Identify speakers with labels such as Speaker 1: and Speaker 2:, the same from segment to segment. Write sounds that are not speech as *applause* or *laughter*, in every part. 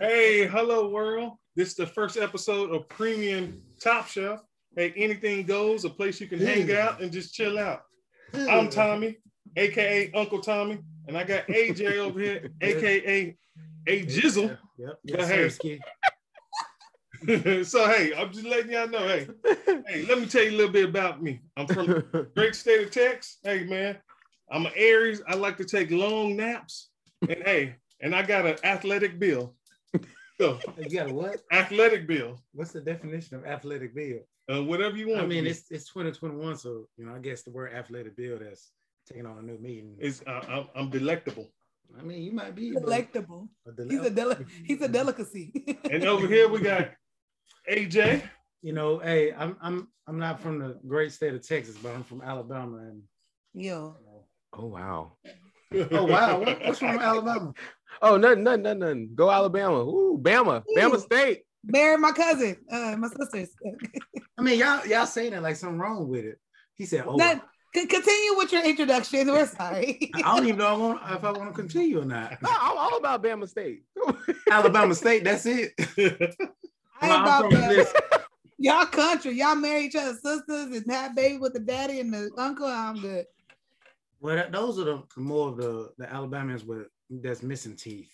Speaker 1: Hey, hello world. This is the first episode of Premium Top Chef. Hey, anything goes, a place you can hang
Speaker 2: Yeah.
Speaker 1: out and just chill out. I'm Tommy, aka Uncle Tommy, and I got AJ over
Speaker 2: *laughs*
Speaker 1: here, aka A Jizzle.
Speaker 2: Yep.
Speaker 1: But hey,
Speaker 2: *laughs* Sirski.
Speaker 1: so hey, *laughs* I'm just letting y'all know.
Speaker 2: *laughs*
Speaker 1: Hey, hey, let me tell you a little bit about me. I'm from the great state of Texas. Hey man, I'm an Aries. I like to take long naps. And hey, and I got an athletic bill. So
Speaker 2: you got a what?
Speaker 1: athletic bill.
Speaker 2: What's the definition of athletic bill?
Speaker 1: Uh, whatever you want.
Speaker 2: I
Speaker 1: it to
Speaker 2: mean,
Speaker 1: be.
Speaker 2: it's it's 2021, so you know, I guess the word athletic bill that's taking on a new meaning.
Speaker 1: It's uh, I'm, I'm delectable.
Speaker 2: I mean, you might be but-
Speaker 3: delectable.
Speaker 2: but the-
Speaker 3: He's a deli- he's a delicacy. *laughs*
Speaker 1: And over here we got AJ.
Speaker 2: You know, hey, I'm I'm I'm not from the great state of Texas, but I'm from Alabama. And
Speaker 3: Yo,
Speaker 2: you know-
Speaker 4: Oh wow.
Speaker 2: oh wow, what, what's from Alabama?
Speaker 4: Oh nothing, nothing, nothing, nothing. Go Alabama. Ooh, Bama,
Speaker 3: Ooh.
Speaker 4: Bama State.
Speaker 3: married my cousin, uh, my sisters.
Speaker 2: I mean, y'all y'all saying that like something wrong with it. He said, "Oh,
Speaker 3: Now, c- continue with your introduction. We're sorry. *laughs*
Speaker 2: I don't even know I want, if I want to continue or not."
Speaker 4: No, I'm all about Bama State. *laughs*
Speaker 2: Alabama State, that's it. *laughs*
Speaker 3: I
Speaker 2: Well,
Speaker 3: ain't
Speaker 2: I'm
Speaker 3: about
Speaker 2: from
Speaker 3: that.
Speaker 2: this-
Speaker 3: *laughs* y'all country. Y'all marry each other's sisters and have babies with the daddy and the uncle. I'm good.
Speaker 2: Well, that, those are the more of the the Alabamians with that's missing teeth.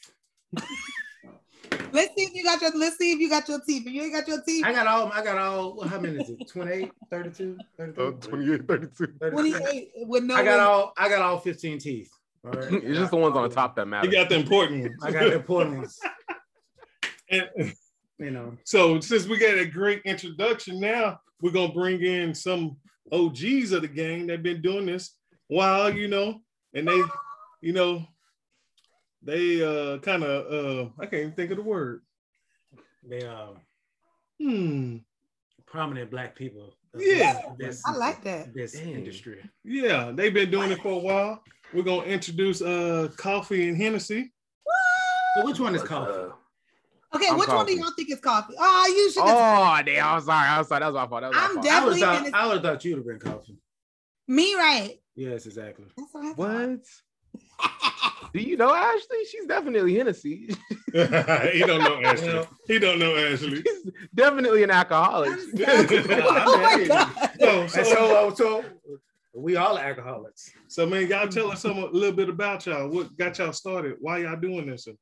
Speaker 3: Let's see if you got your. Let's see if you got your teeth. If you ain't got your teeth,
Speaker 2: I got all. I got all. How many is it? 28, 32,
Speaker 4: Oh,
Speaker 2: 33?
Speaker 4: 28, 32.
Speaker 2: 32.
Speaker 3: 28 with no.
Speaker 2: I got all. I got all fifteen teeth. All right.
Speaker 4: It's just the ones on top that
Speaker 1: You
Speaker 4: matter.
Speaker 1: got the important ones.
Speaker 2: I got the important ones.
Speaker 1: And
Speaker 2: You know.
Speaker 1: so since we got a great introduction, now we're gonna bring in some OGs of the gang that've been doing this while you know, and they, you know, they uh kind of uh I can't even think of the word.
Speaker 2: They are
Speaker 1: Hmm.
Speaker 2: prominent black people.
Speaker 1: Yeah.
Speaker 2: This,
Speaker 3: I like
Speaker 2: *laughs*
Speaker 3: that.
Speaker 2: this
Speaker 4: Dang.
Speaker 2: industry.
Speaker 1: Yeah, they've been doing it for a while. We're gonna introduce uh coffee and Hennessy. *laughs*
Speaker 2: So which one is
Speaker 4: uh,
Speaker 2: coffee?
Speaker 3: Okay,
Speaker 4: I'm
Speaker 3: which one
Speaker 4: coffee.
Speaker 3: do y'all think is coffee? Oh, you should.
Speaker 4: Oh, damn. I'm sorry. I'm sorry. That was my fault. That was my
Speaker 3: I'm
Speaker 4: fault.
Speaker 3: dead.
Speaker 2: I would
Speaker 3: Definitely
Speaker 2: thought.
Speaker 3: Hennessy.
Speaker 2: I would have thought you'd have been coffee.
Speaker 3: me right.
Speaker 2: Yes, exactly.
Speaker 3: That's what I thought.
Speaker 4: What? Do you know Ashley? She's definitely Hennessy. *laughs*
Speaker 1: he don't know Ashley.
Speaker 2: Well-
Speaker 1: he don't know Ashley.
Speaker 4: She's definitely an alcoholic.
Speaker 3: I'm dead. oh *laughs* my god.
Speaker 1: So,
Speaker 2: And
Speaker 1: so,
Speaker 2: so, so we all are alcoholics.
Speaker 1: so man, y'all tell us some a little bit about y'all. What got y'all started? Why y'all doing this? And-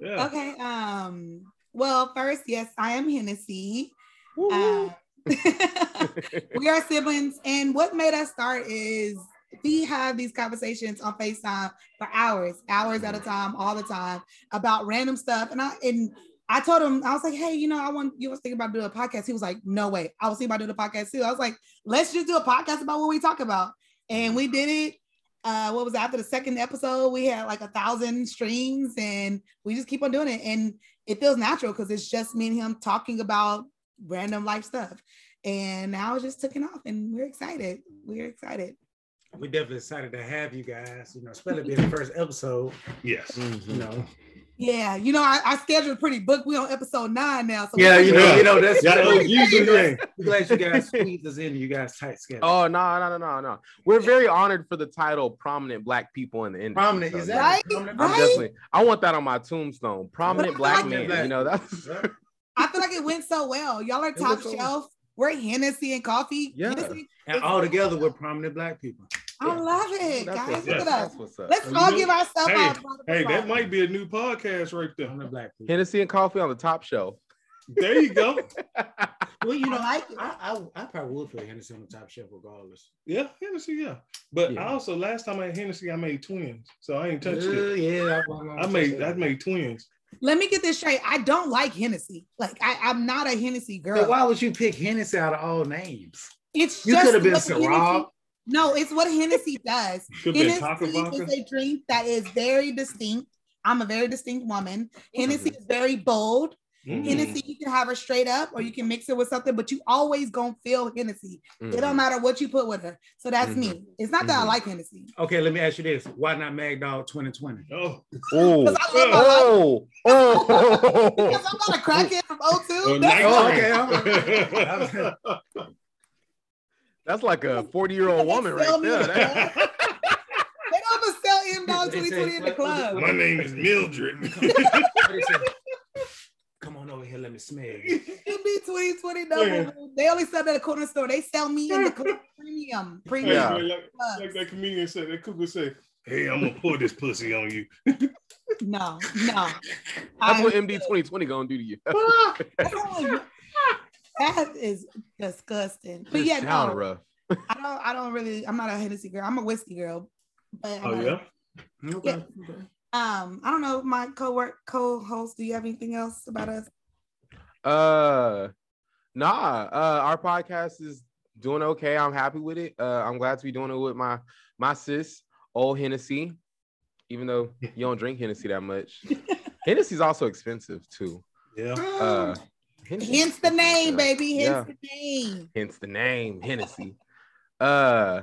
Speaker 1: Yeah.
Speaker 3: Okay. Um. Well, first, yes, I am Hennessy.
Speaker 4: Woo, woo.
Speaker 3: Uh, *laughs* we are siblings, and what made us start is we have these conversations on Facetime for hours, hours at a time, all the time about random stuff. And I and I told him I was like, hey, you know, I want you was thinking about doing a podcast. He was like, no way. I was thinking about doing a podcast too. I was like, let's just do a podcast about what we talk about, and we did it. Uh, what was it? after the second episode? We had like a thousand streams, and we just keep on doing it. And it feels natural because it's just me and him talking about random life stuff. And now it's just taking off, and we're excited. We're excited.
Speaker 2: we definitely excited to have you guys, you know, especially being the first episode,
Speaker 1: Yes.
Speaker 4: Mm.
Speaker 2: you know.
Speaker 3: Yeah, you know, I, I scheduled pretty booked. We're on episode nine now. So
Speaker 1: know, you
Speaker 2: know, that's
Speaker 1: Y'all OGs in the gang.
Speaker 2: we glad oh, you guys squeezed us in you guys tight schedule.
Speaker 4: Oh no no no no no! We're very honored for the title "Prominent Black People in the Industry."
Speaker 2: prominent,
Speaker 4: So,
Speaker 2: is
Speaker 4: yeah.
Speaker 2: that
Speaker 3: Right?
Speaker 2: prominent?
Speaker 4: I'm
Speaker 3: Right?
Speaker 4: definitely. I want that on my tombstone. Prominent
Speaker 3: But I
Speaker 4: black
Speaker 3: like
Speaker 4: man.
Speaker 2: that.
Speaker 4: You know that's.
Speaker 3: I feel like it went so well. Y'all are top
Speaker 4: went so well.
Speaker 3: shelf. We're Hennessy and coffee.
Speaker 4: Yeah.
Speaker 3: Hennessy.
Speaker 2: And all together we're prominent black people.
Speaker 3: I love it,
Speaker 4: That's
Speaker 3: guys.
Speaker 4: what's
Speaker 3: Look at
Speaker 4: up.
Speaker 3: us.
Speaker 4: That's what's up.
Speaker 3: Let's all give ourselves
Speaker 1: Hey,
Speaker 3: our
Speaker 1: Hey, that might be a new podcast right there.
Speaker 2: Prominent black people.
Speaker 4: Hennessy and coffee on the top shelf.
Speaker 1: There you go.
Speaker 2: Well, you know,
Speaker 3: I
Speaker 2: I,
Speaker 3: like it.
Speaker 2: I, I, I probably would put Hennessy on the top shelf regardless.
Speaker 1: Yeah, Hennessy, yeah. But I
Speaker 2: Yeah.
Speaker 1: also last time I had Hennessy, I made twins. So I ain't
Speaker 2: Uh,
Speaker 1: touched it.
Speaker 2: yeah,
Speaker 1: I made I made twins.
Speaker 3: Let me get this straight. I don't like Hennessy. Like I, I'm not a Hennessy girl.
Speaker 2: So why would you pick Hennessy out of all names?
Speaker 3: it's
Speaker 2: You
Speaker 3: just
Speaker 2: could have been
Speaker 3: what Hennessy-
Speaker 2: Syrah.
Speaker 3: No, it's what Hennessy
Speaker 2: *laughs*
Speaker 3: does.
Speaker 1: Could be a taco
Speaker 3: Hennessy
Speaker 1: vodka.
Speaker 3: is a drink that is very distinct. I'm a very distinct woman. Hennessy is very bold.
Speaker 1: Mm.
Speaker 3: Hennessy, you can have her straight up or you can mix it with something, but you always gonna feel Hennessy. It
Speaker 2: Mm.
Speaker 3: don't matter what you put with her. So that's
Speaker 2: Mm-hmm.
Speaker 3: me. It's not that I
Speaker 4: Mhm.
Speaker 3: like Hennessy.
Speaker 2: Okay, let me ask you this. Why not Mag Dog 2020?
Speaker 1: Oh,
Speaker 4: Oh,
Speaker 3: Because I love my life.
Speaker 4: oh, *laughs* oh.
Speaker 3: *laughs* Because I'm not a crackhead from O2.
Speaker 1: a
Speaker 3: That's-
Speaker 2: Oh,
Speaker 1: night
Speaker 2: okay,
Speaker 1: *laughs* train.
Speaker 4: That's like a 40 year old woman
Speaker 3: Sell
Speaker 4: right
Speaker 3: me *laughs*
Speaker 4: there.
Speaker 3: the
Speaker 4: That-
Speaker 3: club. They don't even sell M Dog
Speaker 2: They say,
Speaker 3: 2020 in the
Speaker 2: what was it?
Speaker 3: club.
Speaker 1: My name is Mildred.
Speaker 2: What is it? me smell. you.
Speaker 3: MD 2020 double.
Speaker 1: Yeah.
Speaker 3: They only sell that at the corner store. They sell me in the club premium. Premium.
Speaker 4: Yeah.
Speaker 1: Hey, like,
Speaker 3: clubs.
Speaker 1: like that comedian said, that Cooper said, "Hey, I'm gonna pour this pussy on you."
Speaker 3: No, no.
Speaker 4: *laughs* That's
Speaker 3: I'm
Speaker 4: what MD 2020 gonna do to you.
Speaker 1: Oh,
Speaker 3: telling you. That is disgusting. But yeah,
Speaker 4: It's down
Speaker 3: no,
Speaker 4: rough.
Speaker 3: I don't. I don't really. I'm not a Hennessy girl. I'm a whiskey girl. But I'm
Speaker 1: oh
Speaker 3: not a-
Speaker 1: yeah.
Speaker 2: Okay. okay.
Speaker 3: um, I don't know. My co-work co-host. Do you have anything else about us?
Speaker 4: Uh, nah. Uh, our podcast is doing okay. I'm happy with it. Uh, I'm glad to be doing it with my my sis, old Hennessy. Even though you don't drink Hennessy that much,
Speaker 3: *laughs*
Speaker 4: Hennessy's also expensive too.
Speaker 1: Yeah. *laughs*
Speaker 4: Uh, Hennessy's
Speaker 3: *gasps* Hence the
Speaker 4: expensive,
Speaker 3: name,
Speaker 4: yeah.
Speaker 3: baby.
Speaker 4: Yeah.
Speaker 3: Hence the name. *laughs*
Speaker 4: Hence the name Hennessy. Uh,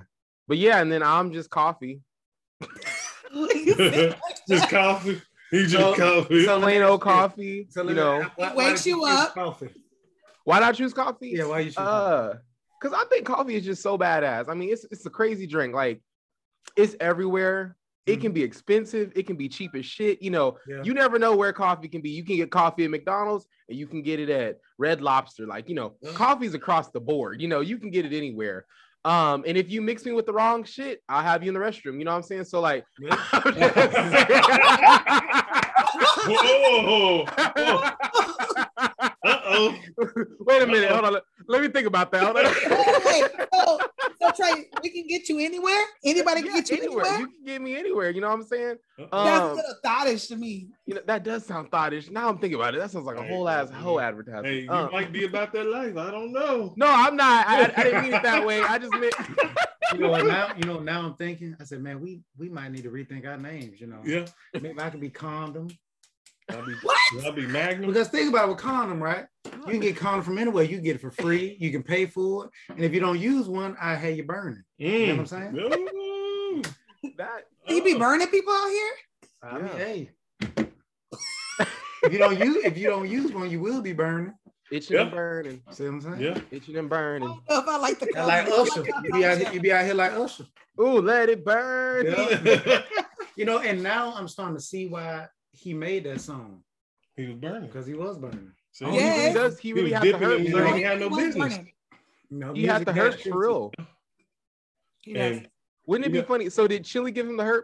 Speaker 4: but yeah, and then I'm just coffee.
Speaker 3: You said
Speaker 1: just coffee. He just
Speaker 2: So-
Speaker 1: coffee.
Speaker 2: so-
Speaker 4: Solano coffee.
Speaker 2: So
Speaker 4: you know,
Speaker 3: It wakes you up.
Speaker 2: Coffee.
Speaker 4: why not choose coffee?
Speaker 2: Yeah, why you should?
Speaker 4: Uh, cause I think coffee is just so badass. I mean, it's it's a crazy drink. Like, it's everywhere. It can be expensive. It can be cheap as shit. You know,
Speaker 2: Mm. Yeah.
Speaker 4: you never know where coffee can be. You can get coffee at McDonald's, and you can get it at Red Lobster. Like, you know,
Speaker 2: Yeah.
Speaker 4: coffee's across the board. You know, you can get it anywhere. Um, and if you mix me with the wrong shit, I'll have you in the restroom. You know what I'm saying? So like,
Speaker 2: Yeah.
Speaker 4: *laughs* I'm
Speaker 2: *laughs*
Speaker 4: just
Speaker 1: *laughs*
Speaker 4: saying.
Speaker 1: Whoa. Uh oh.
Speaker 4: wait a minute, hold on. Let me think about that. Hold on.
Speaker 3: Wait, so, so Trey, we can get you anywhere. *laughs* Anybody can
Speaker 4: Yeah,
Speaker 3: get you anywhere.
Speaker 4: You can get me anywhere. You know what I'm saying?
Speaker 1: Uh-oh.
Speaker 3: That's
Speaker 4: Um,
Speaker 3: a little thottish to me.
Speaker 4: you know that does sound thottish. Now I'm thinking about it. That sounds like a
Speaker 1: Hey,
Speaker 4: whole ass
Speaker 1: hey,
Speaker 4: hoe
Speaker 1: hey.
Speaker 4: advertisement.
Speaker 1: Hey, you
Speaker 4: Uh,
Speaker 1: might be about that life. I don't know.
Speaker 4: no, I'm not. I, I- I didn't mean it that way. I
Speaker 1: *laughs*
Speaker 4: just meant
Speaker 2: You know what
Speaker 4: *laughs*
Speaker 2: now? You know now I'm thinking. I said, man, we we might need to rethink our names. You know,
Speaker 1: Yeah.
Speaker 2: maybe I could be condom.
Speaker 1: I'll be,
Speaker 3: What?
Speaker 1: I'll be Magnum.
Speaker 2: Because think about it, with condom, right? You can get condom from anywhere. You can get it for free. You can pay for it, and if you don't use one, I have you burning. know what
Speaker 4: Mm.
Speaker 2: I'm saying?
Speaker 1: Mm. Ooh. Uh.
Speaker 4: that.
Speaker 3: You be burning people out here?
Speaker 2: I mean,
Speaker 4: Yeah.
Speaker 2: hey. if you don't use if you don't use one, you will be burning.
Speaker 4: Itching and
Speaker 1: Yeah.
Speaker 4: burning,
Speaker 2: See what I'm saying?
Speaker 1: Yeah.
Speaker 4: itching and
Speaker 3: I
Speaker 4: burning.
Speaker 3: don't know if I like the
Speaker 2: You're Like Usher, you be, out, here- you be out here like Usher.
Speaker 4: Ooh, let it
Speaker 1: *laughs*
Speaker 4: burn.
Speaker 2: Yeah. You know, and now I'm starting to see why he made that song
Speaker 1: he was
Speaker 2: *laughs*
Speaker 1: burning.
Speaker 2: because he was burning.
Speaker 1: See?
Speaker 4: Oh, he really
Speaker 3: Yes.
Speaker 4: does. He
Speaker 1: He
Speaker 4: really
Speaker 1: was
Speaker 4: has to
Speaker 1: dipping
Speaker 4: hurt.
Speaker 1: and he
Speaker 4: bro.
Speaker 1: like, had no business.
Speaker 2: You know,
Speaker 4: He had
Speaker 2: music
Speaker 4: to
Speaker 2: has
Speaker 4: hurt for real.
Speaker 3: He does.
Speaker 1: And-
Speaker 4: Wouldn't it be
Speaker 1: Yeah.
Speaker 4: funny? So did Chili give him the herp?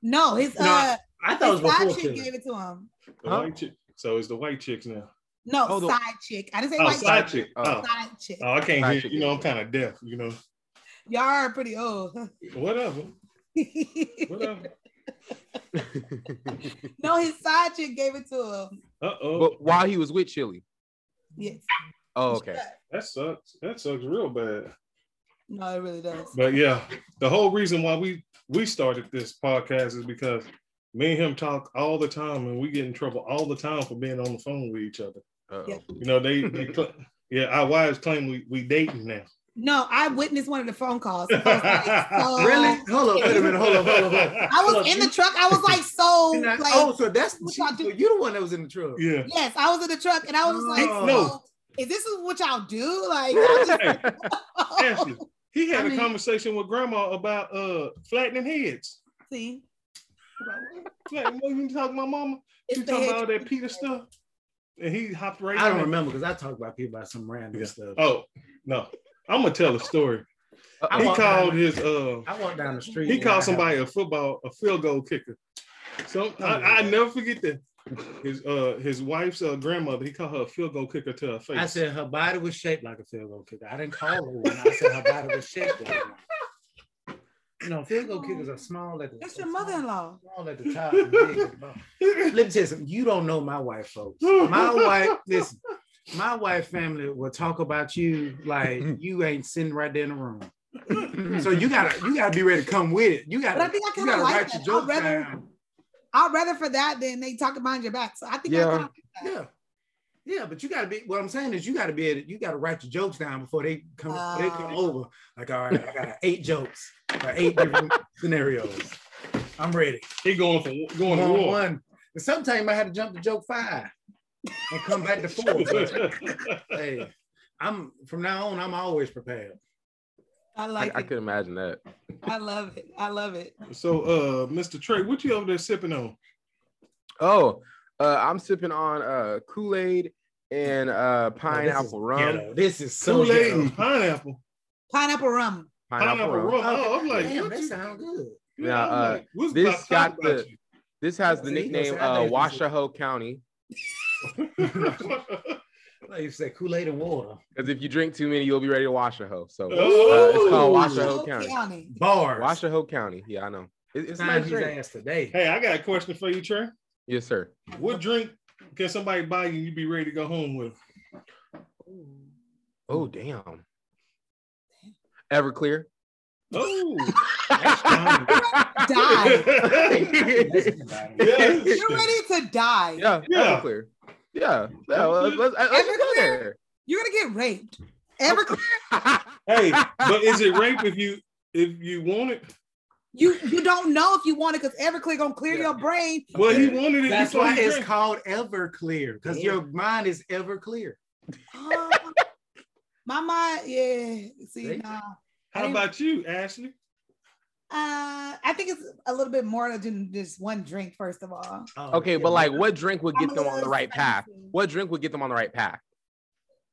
Speaker 3: No, his
Speaker 2: No,
Speaker 3: uh,
Speaker 2: I thought
Speaker 3: his
Speaker 2: it was
Speaker 3: side
Speaker 2: before
Speaker 3: chick
Speaker 2: Chili.
Speaker 3: gave it to him.
Speaker 1: The
Speaker 4: Huh?
Speaker 1: white chick. So it's the white chicks now.
Speaker 3: No,
Speaker 4: Oh, the-
Speaker 3: side chick. I didn't say
Speaker 1: Oh,
Speaker 3: white
Speaker 1: side
Speaker 3: chick.
Speaker 1: chick.
Speaker 4: Oh.
Speaker 1: Oh.
Speaker 3: Side chick.
Speaker 1: Oh, I can't
Speaker 4: Side
Speaker 1: hear.
Speaker 4: chick.
Speaker 1: You know, I'm kind of deaf. You know,
Speaker 3: Y'all are pretty old. *laughs*
Speaker 1: whatever, whatever.
Speaker 3: no, his side chick gave it to him.
Speaker 1: Uh oh,
Speaker 4: But while he was with Chili.
Speaker 3: Yes.
Speaker 4: Oh, okay.
Speaker 1: that sucks. That sucks real bad.
Speaker 3: No, it really does.
Speaker 1: But yeah, the whole reason why we we started this podcast is because me and him talk all the time, and we get in trouble all the time for being on the phone with each other.
Speaker 4: Uh-oh.
Speaker 3: Yeah.
Speaker 1: You know, they, they cl- *laughs* yeah, our wives claim we we dating now. *laughs*
Speaker 3: No, I witnessed one of the phone calls. I was like, so-
Speaker 2: *laughs* Really? Hold up, wait a minute, hold up, hold up,
Speaker 3: *laughs*
Speaker 2: hold up.
Speaker 3: I was
Speaker 2: Look,
Speaker 3: in the
Speaker 2: you-
Speaker 3: truck. I was like, so
Speaker 2: *laughs* You're not-
Speaker 3: like,
Speaker 2: oh, so that's
Speaker 3: what
Speaker 2: what
Speaker 3: y'all do?
Speaker 2: You're the one that was in the truck.
Speaker 1: *laughs* Yeah.
Speaker 3: yes, I was in the truck, and I was just like,
Speaker 2: Oh.
Speaker 3: so, is this is what y'all do? Like, I just-
Speaker 1: Hey, Ashley, he had
Speaker 2: I mean-
Speaker 1: a conversation with grandma about uh flattening heads.
Speaker 3: *laughs* see,
Speaker 1: Flattening, what you talking about, mama? You
Speaker 3: it's the
Speaker 1: talking about all
Speaker 3: head.
Speaker 1: that Peter stuff? And he hopped right.
Speaker 2: I
Speaker 1: in
Speaker 2: don't
Speaker 1: it.
Speaker 2: remember because I talked about people about some random
Speaker 1: Yeah.
Speaker 2: stuff.
Speaker 1: Oh no, I'm gonna tell a story.
Speaker 4: Uh-oh.
Speaker 2: I
Speaker 1: He
Speaker 2: walked
Speaker 1: called
Speaker 2: down-
Speaker 1: his uh,
Speaker 2: I walked down the street.
Speaker 1: he
Speaker 2: and I
Speaker 1: called
Speaker 2: had-
Speaker 1: somebody a football a field goal kicker. So
Speaker 2: Oh,
Speaker 1: I, I never forget that. His uh his wife's uh, grandmother he called her a field goal kicker to her face.
Speaker 2: I said her body was shaped like a field goal kicker. I didn't call her one. I said her body was shaped like one. You know, field goal kickers are small at the
Speaker 3: That's your mother-in-law.
Speaker 2: Small at the top. and big at the bottom. Let me tell you something. You don't know my wife, folks. My wife, listen, my wife family will talk about you
Speaker 1: *laughs*
Speaker 2: like you ain't sitting right there in the room. so you gotta you gotta be ready to come with it. You gotta,
Speaker 3: But I think I
Speaker 2: you
Speaker 3: kinda
Speaker 2: gotta
Speaker 3: like
Speaker 2: write
Speaker 3: that.
Speaker 2: your jokes
Speaker 3: I'd rather-
Speaker 2: down.
Speaker 3: I'd rather for that than they talk behind your back. So I think
Speaker 4: Yeah.
Speaker 3: I kinda like that.
Speaker 2: Yeah. Yeah, but you gotta be what I'm saying is you gotta be able to- you gotta write your jokes down before they come before they come
Speaker 3: Ah.
Speaker 2: over. Like, all right, I got eight jokes or eight *laughs* different scenarios. I'm ready.
Speaker 1: *laughs* he going for going to
Speaker 2: One on
Speaker 1: war.
Speaker 2: one. And sometimes I had to jump to joke five and come *laughs* back to four. But, hey, I'm from now on, I'm always prepared.
Speaker 3: I
Speaker 4: I,
Speaker 3: like
Speaker 4: I
Speaker 3: it.
Speaker 4: could imagine that.
Speaker 3: I love it. I love it.
Speaker 1: *laughs* so uh Mr. Trey, what you over there sipping on?
Speaker 4: Oh, uh, I'm sipping on uh, Kool Aid and uh pineapple
Speaker 2: is
Speaker 4: rum.
Speaker 2: Ghetto. This is so
Speaker 1: Kool-Aid
Speaker 2: ghetto.
Speaker 1: and pineapple.
Speaker 3: Pineapple rum.
Speaker 1: Pineapple, rum. Oh, I'm like,
Speaker 2: Damn,
Speaker 1: what
Speaker 2: that
Speaker 1: you-
Speaker 2: sound good.
Speaker 1: Yeah, I'm
Speaker 4: Nah, uh,
Speaker 1: like, we was
Speaker 4: this
Speaker 1: about to
Speaker 4: got
Speaker 1: talk about
Speaker 4: the-
Speaker 1: *laughs*
Speaker 4: *laughs* This has the
Speaker 2: See, you gonna
Speaker 4: nickname
Speaker 2: say I
Speaker 4: uh
Speaker 2: know this is-
Speaker 4: Washoe County
Speaker 1: you.
Speaker 2: Like you said, Kool-Aid and water.
Speaker 4: because if you drink too many, you'll be ready to Washoe. So uh, it's called
Speaker 1: Oh.
Speaker 4: Washoe County.
Speaker 2: Bars.
Speaker 4: Washoe County. Yeah, I know. It- it's a
Speaker 2: Time his
Speaker 4: nice drink.
Speaker 2: ass today.
Speaker 1: hey, I got a question for you, Trey.
Speaker 4: Yes, sir.
Speaker 1: What drink can somebody buy you and you be ready to go home with?
Speaker 3: "Hmm."
Speaker 4: Oh damn.
Speaker 3: *laughs*
Speaker 4: Everclear.
Speaker 1: Oh,
Speaker 3: Die.
Speaker 2: That's
Speaker 4: yeah,
Speaker 2: somebody.
Speaker 1: Yes.
Speaker 3: You're
Speaker 4: *laughs*
Speaker 3: ready to die.
Speaker 4: Everclear. Yeah. yeah let's, let's, let's just go
Speaker 3: Everclear?
Speaker 4: there.
Speaker 3: You're gonna get raped. Ever
Speaker 1: Hey, but is it rape if you if you want it?
Speaker 3: you you don't know if you want it because Everclear gonna clear your
Speaker 4: *laughs*
Speaker 3: brain.
Speaker 1: Well, he
Speaker 2: Okay.
Speaker 1: wanted it.
Speaker 2: That's
Speaker 1: before
Speaker 2: why
Speaker 1: he
Speaker 2: it's
Speaker 1: drank.
Speaker 2: called Everclear because
Speaker 4: Yeah.
Speaker 2: your mind is ever clear.
Speaker 3: Oh, my mind, yeah. See,
Speaker 2: See?
Speaker 3: nah.
Speaker 1: How about you, Ashley?
Speaker 3: Uh, I think it's a little bit more than just one drink. First of all,
Speaker 2: Oh,
Speaker 4: *laughs* Okay,
Speaker 2: yeah,
Speaker 4: but like
Speaker 2: man.
Speaker 4: what drink would
Speaker 3: I'm
Speaker 4: get
Speaker 3: a
Speaker 4: them on the
Speaker 3: little
Speaker 4: right path?
Speaker 3: spicy.
Speaker 4: What drink would get them on the right path?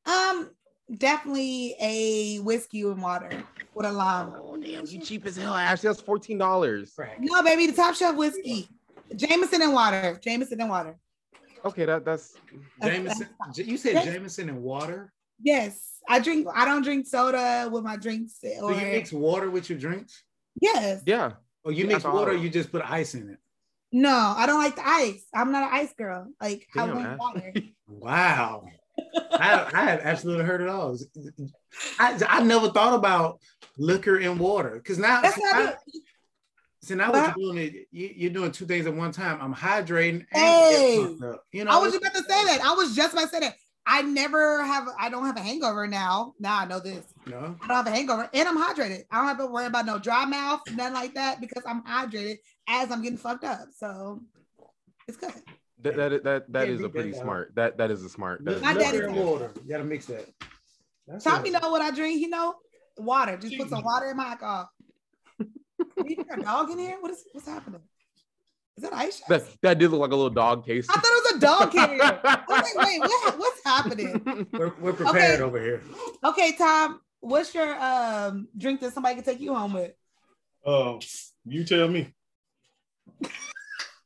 Speaker 3: Um, definitely a whiskey and water with a lime.
Speaker 4: Oh damn, you cheap as hell, Ashley. That's fourteen dollars. *laughs*
Speaker 2: Crack.
Speaker 3: No, baby, the Top Shelf whiskey, Jameson and water. Jameson and water.
Speaker 4: Okay, that that's
Speaker 2: Jameson, J- you said Jameson and water.
Speaker 3: Yes, I drink. I don't drink soda with my drinks.
Speaker 2: So
Speaker 3: Or,
Speaker 2: you mix water with your drinks,
Speaker 3: yes.
Speaker 4: yeah.
Speaker 2: or you
Speaker 4: Yeah,
Speaker 2: mix
Speaker 4: that's all.
Speaker 2: water, you just put ice in it.
Speaker 3: No, I don't like the ice. I'm not an ice girl. Like I
Speaker 4: Damn,
Speaker 3: want
Speaker 4: Ash. *laughs*
Speaker 3: water.
Speaker 2: Wow. I, I have absolutely heard it all. I, I never thought about liquor and water because now,
Speaker 3: That's
Speaker 2: see,
Speaker 3: not
Speaker 2: now,
Speaker 3: it.
Speaker 2: see, now
Speaker 3: but
Speaker 2: what you're doing is you, you're doing two things at one time. I'm hydrating. And
Speaker 3: Hey.
Speaker 2: getting fucked up. you know,
Speaker 3: I was just about to say that. I was just about to say that. I never have. I don't have a hangover now. Now I know this.
Speaker 2: No.
Speaker 3: I don't have a hangover, and I'm hydrated. I don't have to worry about no dry mouth, nothing like that, because I'm hydrated as I'm getting fucked up. So it's good.
Speaker 4: That that that that
Speaker 2: Yeah,
Speaker 4: is a
Speaker 2: beat
Speaker 4: pretty
Speaker 2: that down.
Speaker 4: smart. That that is a smart. that is
Speaker 3: My
Speaker 4: a
Speaker 3: daddy
Speaker 2: liquor
Speaker 4: smart
Speaker 2: and
Speaker 3: said-
Speaker 4: move.
Speaker 2: water. You gotta mix that. That's
Speaker 3: Tommy
Speaker 2: it.
Speaker 3: know what I drink. He know water. Just put some water in my alcohol. you got a dog in here? What is what's happening? Is that Aisha?
Speaker 4: That that did look like a little
Speaker 3: *laughs*
Speaker 4: dog taste. *laughs*
Speaker 3: I thought it was a dog carrier. I was like, wait, what, what's happening?
Speaker 2: We're, we're prepared
Speaker 3: Okay.
Speaker 2: over here.
Speaker 3: Okay, Tom, what's your um drink that somebody can take you home with?
Speaker 1: Uh, you tell me. *laughs*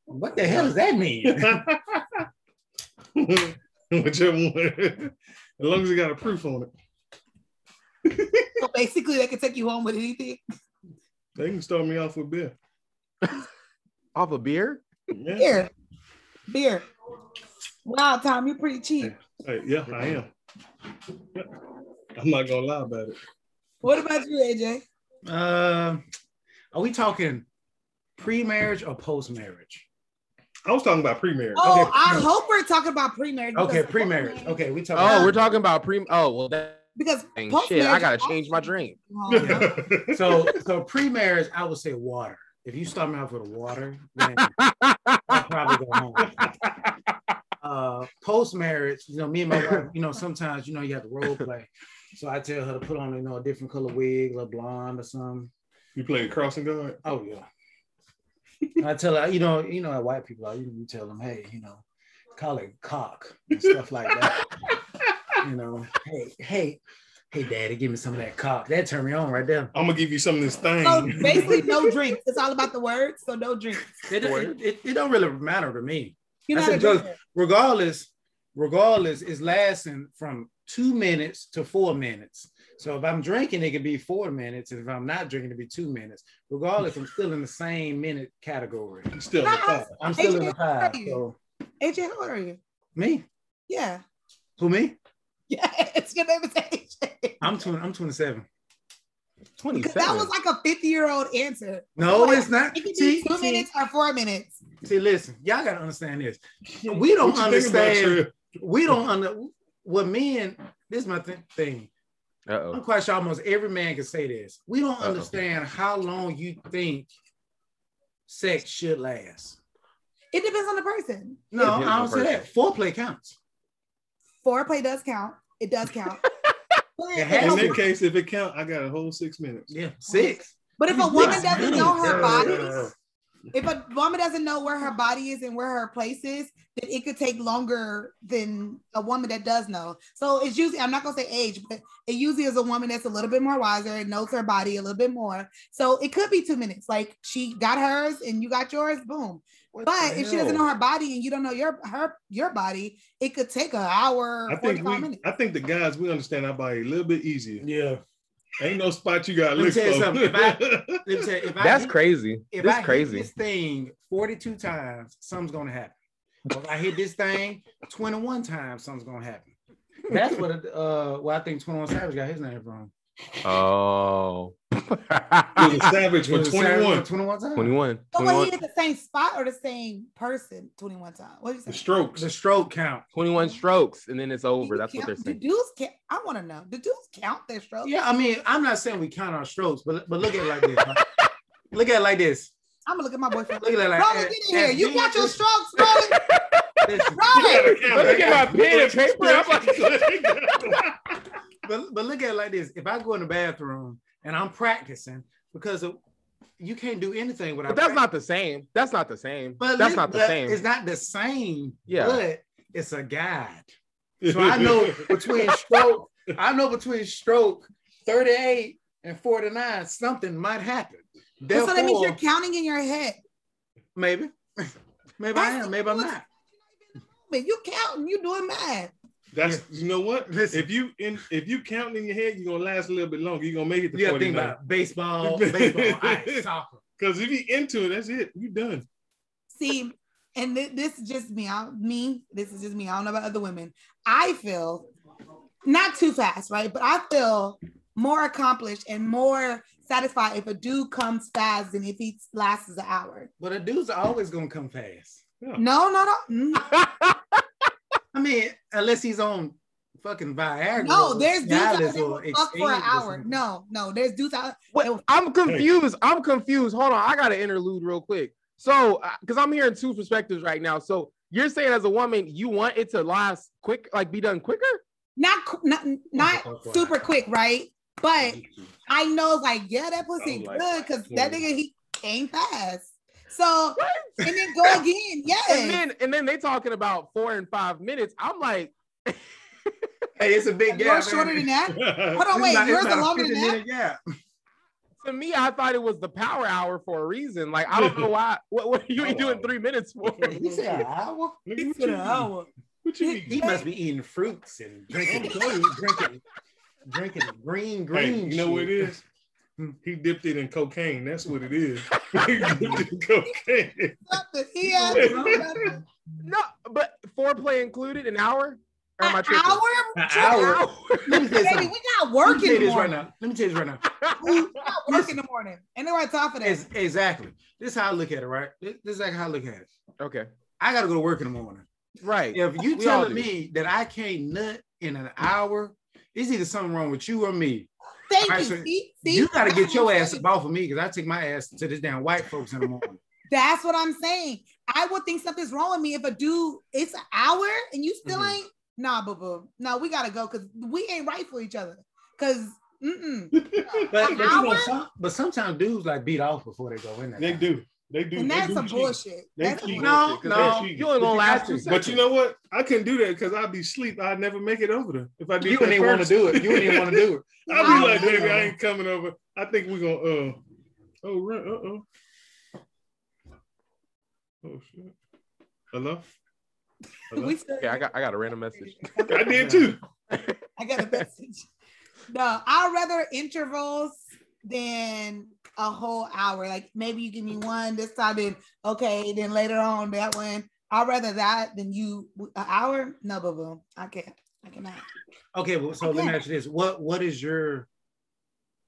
Speaker 2: What the hell does that mean?
Speaker 1: Whichever one, as long as it got a proof on it,
Speaker 3: So basically, they can take you home with anything.
Speaker 1: they can start me off with beer.
Speaker 4: Off a beer?
Speaker 1: Yeah,
Speaker 3: Beer, beer. Wow, Tom, you're pretty cheap.
Speaker 1: Hey, yeah, I am. I'm not gonna lie about it.
Speaker 3: What about you, AJ?
Speaker 2: uh, are we talking pre-marriage or post-marriage?
Speaker 1: I was talking about pre-marriage.
Speaker 3: Oh,
Speaker 2: Okay,
Speaker 3: I
Speaker 2: no.
Speaker 3: hope we're talking about pre-marriage.
Speaker 2: Okay,
Speaker 3: because-
Speaker 2: pre-marriage. Okay, we talking.
Speaker 4: Oh, we're talking about pre. Oh well, that
Speaker 3: Because
Speaker 4: dang shit.
Speaker 3: post-marriage-
Speaker 4: I gotta change my drink.
Speaker 3: Oh,
Speaker 2: *laughs* so so pre-marriage, I would say water. If you start me off with a water, then I'll probably go home. Uh, post-marriage, you know, me and my wife, you know, sometimes you know you have to role play. So I tell her to put on, you know, a different color wig, a blonde or something.
Speaker 1: *laughs* you played crossing guard.
Speaker 2: Oh yeah. And I tell her, you know, you know how white people are. You, you tell them, hey, you know, call it cock and stuff like *laughs* that. you know, hey, hey, hey, daddy, give me some of that cock. That turned me on right there.
Speaker 1: I'm gonna give you some of this thing.
Speaker 3: So basically, no drinks. It's all about the words. So no drinks.
Speaker 2: It, it, it, it don't really matter to me.
Speaker 3: You're
Speaker 2: That's
Speaker 3: not a
Speaker 2: a joke.
Speaker 3: drinker.
Speaker 2: Regardless, regardless, it's lasting from two minutes to four minutes. So if I'm drinking, it could be four minutes, and if I'm not drinking, it could be two minutes. Regardless, I'm still in the same minute category.
Speaker 1: I'm still a five.
Speaker 2: I'm still in the five. So
Speaker 3: AJ, how old are you?
Speaker 2: me,
Speaker 3: Yeah. *laughs*
Speaker 2: who me?
Speaker 3: Yeah, it's your name is AJ.
Speaker 2: I'm 20, I'm 27.
Speaker 3: Because that was
Speaker 4: Twenty-seven.
Speaker 3: like a 50 year old answer.
Speaker 2: No, it's not.
Speaker 3: It could
Speaker 2: See,
Speaker 3: be two
Speaker 2: see,
Speaker 3: minutes or four minutes.
Speaker 2: see, listen, y'all gotta understand this. We don't
Speaker 1: What you think about,
Speaker 2: understand.
Speaker 1: Trev?
Speaker 2: We don't under what men. This is my thi- thing.
Speaker 4: Uh
Speaker 2: I'm
Speaker 4: oh.
Speaker 2: quite sure almost every man can say this. We don't
Speaker 4: Uh-oh.
Speaker 2: understand how long you think sex should last.
Speaker 3: It depends on the person.
Speaker 2: No,
Speaker 4: Depends
Speaker 2: I
Speaker 4: on
Speaker 2: don't say that. Foreplay counts.
Speaker 3: Foreplay does count. It does count. But,
Speaker 2: It
Speaker 3: if
Speaker 2: has
Speaker 1: In
Speaker 3: a-
Speaker 2: to.
Speaker 1: that case, if it count, I got a whole six minutes.
Speaker 2: Yeah, six.
Speaker 3: but if a woman doesn't know her body, if a woman doesn't know where her body is and where her place is, then it could take longer than a woman that does know. So it's usually, I'm not gonna say age, but it usually is a woman that's a little bit more wiser and knows her body a little bit more. So it could be two minutes. Like she got hers and you got yours, boom.
Speaker 4: What
Speaker 3: But
Speaker 4: the
Speaker 3: if she doesn't
Speaker 4: hell?
Speaker 3: know her body and you don't know your her your body, it could take an
Speaker 2: uh,
Speaker 3: hour,
Speaker 1: I think
Speaker 3: 45
Speaker 1: we,
Speaker 3: minutes.
Speaker 1: I think the guys we understand our body a little bit easier.
Speaker 2: Yeah.
Speaker 1: Ain't no spot you gotta
Speaker 2: Let me
Speaker 1: look
Speaker 2: tell you
Speaker 1: for.
Speaker 2: something,
Speaker 1: *laughs*
Speaker 2: if I- Let me tell you, if I
Speaker 4: that's
Speaker 2: hit-
Speaker 4: crazy.
Speaker 2: If I
Speaker 4: That's
Speaker 2: hit
Speaker 4: crazy.
Speaker 2: this thing 42 times, something's gonna happen. Or if I hit this thing 21 times, something's gonna happen. That's what uh well I think 21 Savage got his name from.
Speaker 4: Oh.
Speaker 1: It was a savage
Speaker 2: It
Speaker 1: for
Speaker 2: was Savage
Speaker 1: 21.
Speaker 2: 21 times.
Speaker 4: 21.
Speaker 3: But was he
Speaker 4: 21,
Speaker 3: at the same spot or the same person 21 times? What
Speaker 1: The
Speaker 3: is it?
Speaker 1: strokes.
Speaker 2: The stroke count.
Speaker 4: 21 strokes, and then it's over. That's what they're saying.
Speaker 3: Do dudes count? I want to know. Do dudes count their strokes?
Speaker 2: Yeah, I mean, I'm not saying we count our strokes, but but look at it like this. right? *laughs* look at it like this.
Speaker 3: I'm gonna look at my boyfriend.
Speaker 2: Look at it like
Speaker 3: Roland,
Speaker 2: at-
Speaker 3: get in here.
Speaker 2: at
Speaker 3: You
Speaker 2: being-
Speaker 3: got your strokes,
Speaker 2: *laughs*
Speaker 3: Roland.
Speaker 2: listen,
Speaker 3: Roland.
Speaker 4: Let me get my
Speaker 1: *laughs*
Speaker 4: pen and paper. I'm
Speaker 2: but but look at it like this. If I go in the bathroom and I'm practicing because of, you can't do anything without
Speaker 4: But that's not the same. That's not the same.
Speaker 2: But
Speaker 4: that's
Speaker 2: li-
Speaker 4: not the
Speaker 2: but
Speaker 4: same.
Speaker 2: It's not the same.
Speaker 4: Yeah.
Speaker 2: But it's a guide.
Speaker 1: *laughs*
Speaker 2: So I know
Speaker 4: *laughs*
Speaker 2: between stroke, I know between stroke 38 and 49, something might happen.
Speaker 3: So
Speaker 2: Therefore,
Speaker 3: that means you're counting in your head.
Speaker 2: maybe, maybe I am, maybe I'm not.
Speaker 3: But you counting, you doing math.
Speaker 1: That's you know what?
Speaker 2: Listen.
Speaker 1: If you in if you counting in your head, you're gonna last a little bit longer. You're gonna make it to
Speaker 2: You gotta think
Speaker 1: 49.
Speaker 2: about *laughs* baseball, baseball, ice, soccer.
Speaker 1: Because if you into it, that's it. You done.
Speaker 3: See, and thi- this is just me. I, me, this is just me. I don't know about other women. I feel not too fast, right? But I feel more accomplished and more satisfied if a dude comes fast than if he lasts an hour.
Speaker 2: But the dudes are always gonna come fast.
Speaker 3: No, no, no. Mm.
Speaker 2: I mean, unless he's on fucking Viagra.
Speaker 3: No,
Speaker 2: or
Speaker 3: there's dudes out
Speaker 2: Cialis
Speaker 3: there that
Speaker 2: or
Speaker 3: will fuck for an
Speaker 2: Xtandi or
Speaker 3: hour.
Speaker 2: something.
Speaker 3: No, no, there's dudes out.
Speaker 4: What? I'm confused. I'm confused. Hold on. I got to interlude real quick. So, because I'm hearing two perspectives right now. So, you're saying as a woman, you want it to last quick, like be done quicker?
Speaker 3: Not qu- not
Speaker 2: fuck for
Speaker 3: not
Speaker 2: an
Speaker 3: super quick, right?
Speaker 2: Mm-hmm.
Speaker 3: But
Speaker 1: *laughs*
Speaker 3: I know, like, yeah, that pussy
Speaker 1: I'm like,
Speaker 3: good because that
Speaker 2: mm.
Speaker 1: hmm.
Speaker 3: nigga he came fast. So
Speaker 4: What?
Speaker 3: and then
Speaker 2: *laughs*
Speaker 3: go again, yes.
Speaker 4: And then, and then they talking about four and five minutes. I'm like,
Speaker 2: Hey, it's a big
Speaker 3: You're
Speaker 2: gap.
Speaker 3: shorter than
Speaker 2: *laughs*
Speaker 3: that. Hold
Speaker 1: Hold
Speaker 3: on, Oh, wait, yours are longer than that.
Speaker 2: Yeah.
Speaker 4: to me, I thought it was the power hour for a reason. Like,
Speaker 1: *laughs*
Speaker 4: I don't know why. What, what are you
Speaker 1: Power
Speaker 4: doing
Speaker 1: hour.
Speaker 4: three minutes for?
Speaker 2: You say an hour?
Speaker 1: Nigga, what, you mean? what you mean?
Speaker 2: He must be eating fruits and drinking, drinking, drinking green, green.
Speaker 1: Hey, you know what it
Speaker 2: shit.
Speaker 1: is? He dipped it in cocaine. That's what it *laughs* is. he dipped it in cocaine.
Speaker 3: Something. Yeah. an
Speaker 4: No, but foreplay included, an hour? Or am I
Speaker 3: hour?
Speaker 4: tripping?
Speaker 2: An
Speaker 3: Trip-
Speaker 2: hour. Let me tell you
Speaker 3: Baby,
Speaker 2: something.
Speaker 3: we got
Speaker 2: Let
Speaker 3: work
Speaker 2: me tell you
Speaker 3: in the
Speaker 2: this right
Speaker 3: morning.
Speaker 2: now. Let me tell you this right now.
Speaker 3: We got work in the morning. And they're on top of that.
Speaker 2: It's, exactly. This is how I look at it, right? This this is like how I look at it.
Speaker 4: Okay.
Speaker 2: I gotta go to work in the morning.
Speaker 4: Right.
Speaker 2: If you
Speaker 4: We all
Speaker 2: telling
Speaker 4: do.
Speaker 2: me that I can't nut in an hour, it's either something wrong with you or me.
Speaker 3: Thank
Speaker 2: All right,
Speaker 3: you.
Speaker 2: so
Speaker 3: see, see?
Speaker 2: you gotta
Speaker 3: That's
Speaker 2: get
Speaker 3: *laughs*
Speaker 2: your
Speaker 3: what I'm
Speaker 2: ass
Speaker 3: saying.
Speaker 2: up off of me because I take my ass to this damn white folks in the morning.
Speaker 3: That's what I'm saying. I would think something's wrong with me if a dude it's an hour and you still
Speaker 2: Mhm.
Speaker 1: Mm-hmm.
Speaker 3: ain't nah boo boo. No, we gotta go because we ain't right for each other. Cause mm-mm.
Speaker 2: But,
Speaker 3: An
Speaker 2: but, you know,
Speaker 3: hour?
Speaker 2: some, but sometimes dudes like beat off before they go in there.
Speaker 1: They do. They do.
Speaker 3: and
Speaker 1: they
Speaker 3: that's
Speaker 1: do
Speaker 3: some
Speaker 1: cheat.
Speaker 3: bullshit.
Speaker 1: They
Speaker 3: That's some
Speaker 1: cheat.
Speaker 3: bullshit.
Speaker 2: No,
Speaker 1: 'Cause
Speaker 2: no,
Speaker 1: they cheat.
Speaker 4: You ain't gonna last two
Speaker 2: But
Speaker 4: seconds.
Speaker 1: But you know what? I couldn't do that because I'd be asleep. I'd never make it over there if I did.
Speaker 2: You wouldn't even want to do it. You wouldn't even want to do
Speaker 1: *laughs*
Speaker 2: it.
Speaker 1: I'd be
Speaker 3: I
Speaker 1: like,
Speaker 3: wouldn't.
Speaker 1: baby, I ain't coming over. I think we're gonna. Uh, oh, right. Uh oh. Oh shit. Hello. Hello?
Speaker 3: *laughs* We still-
Speaker 4: okay, I got I got a random message.
Speaker 1: I did too.
Speaker 3: I
Speaker 1: *laughs*
Speaker 3: got a message. No, I'd rather intervals than a whole hour. Like maybe you give me one this time, then okay, then later on that one. I'd rather that than you an hour. No, boo boo. I can't. I cannot.
Speaker 2: Okay, well, so let me
Speaker 3: Okay.
Speaker 2: ask you this: what What is your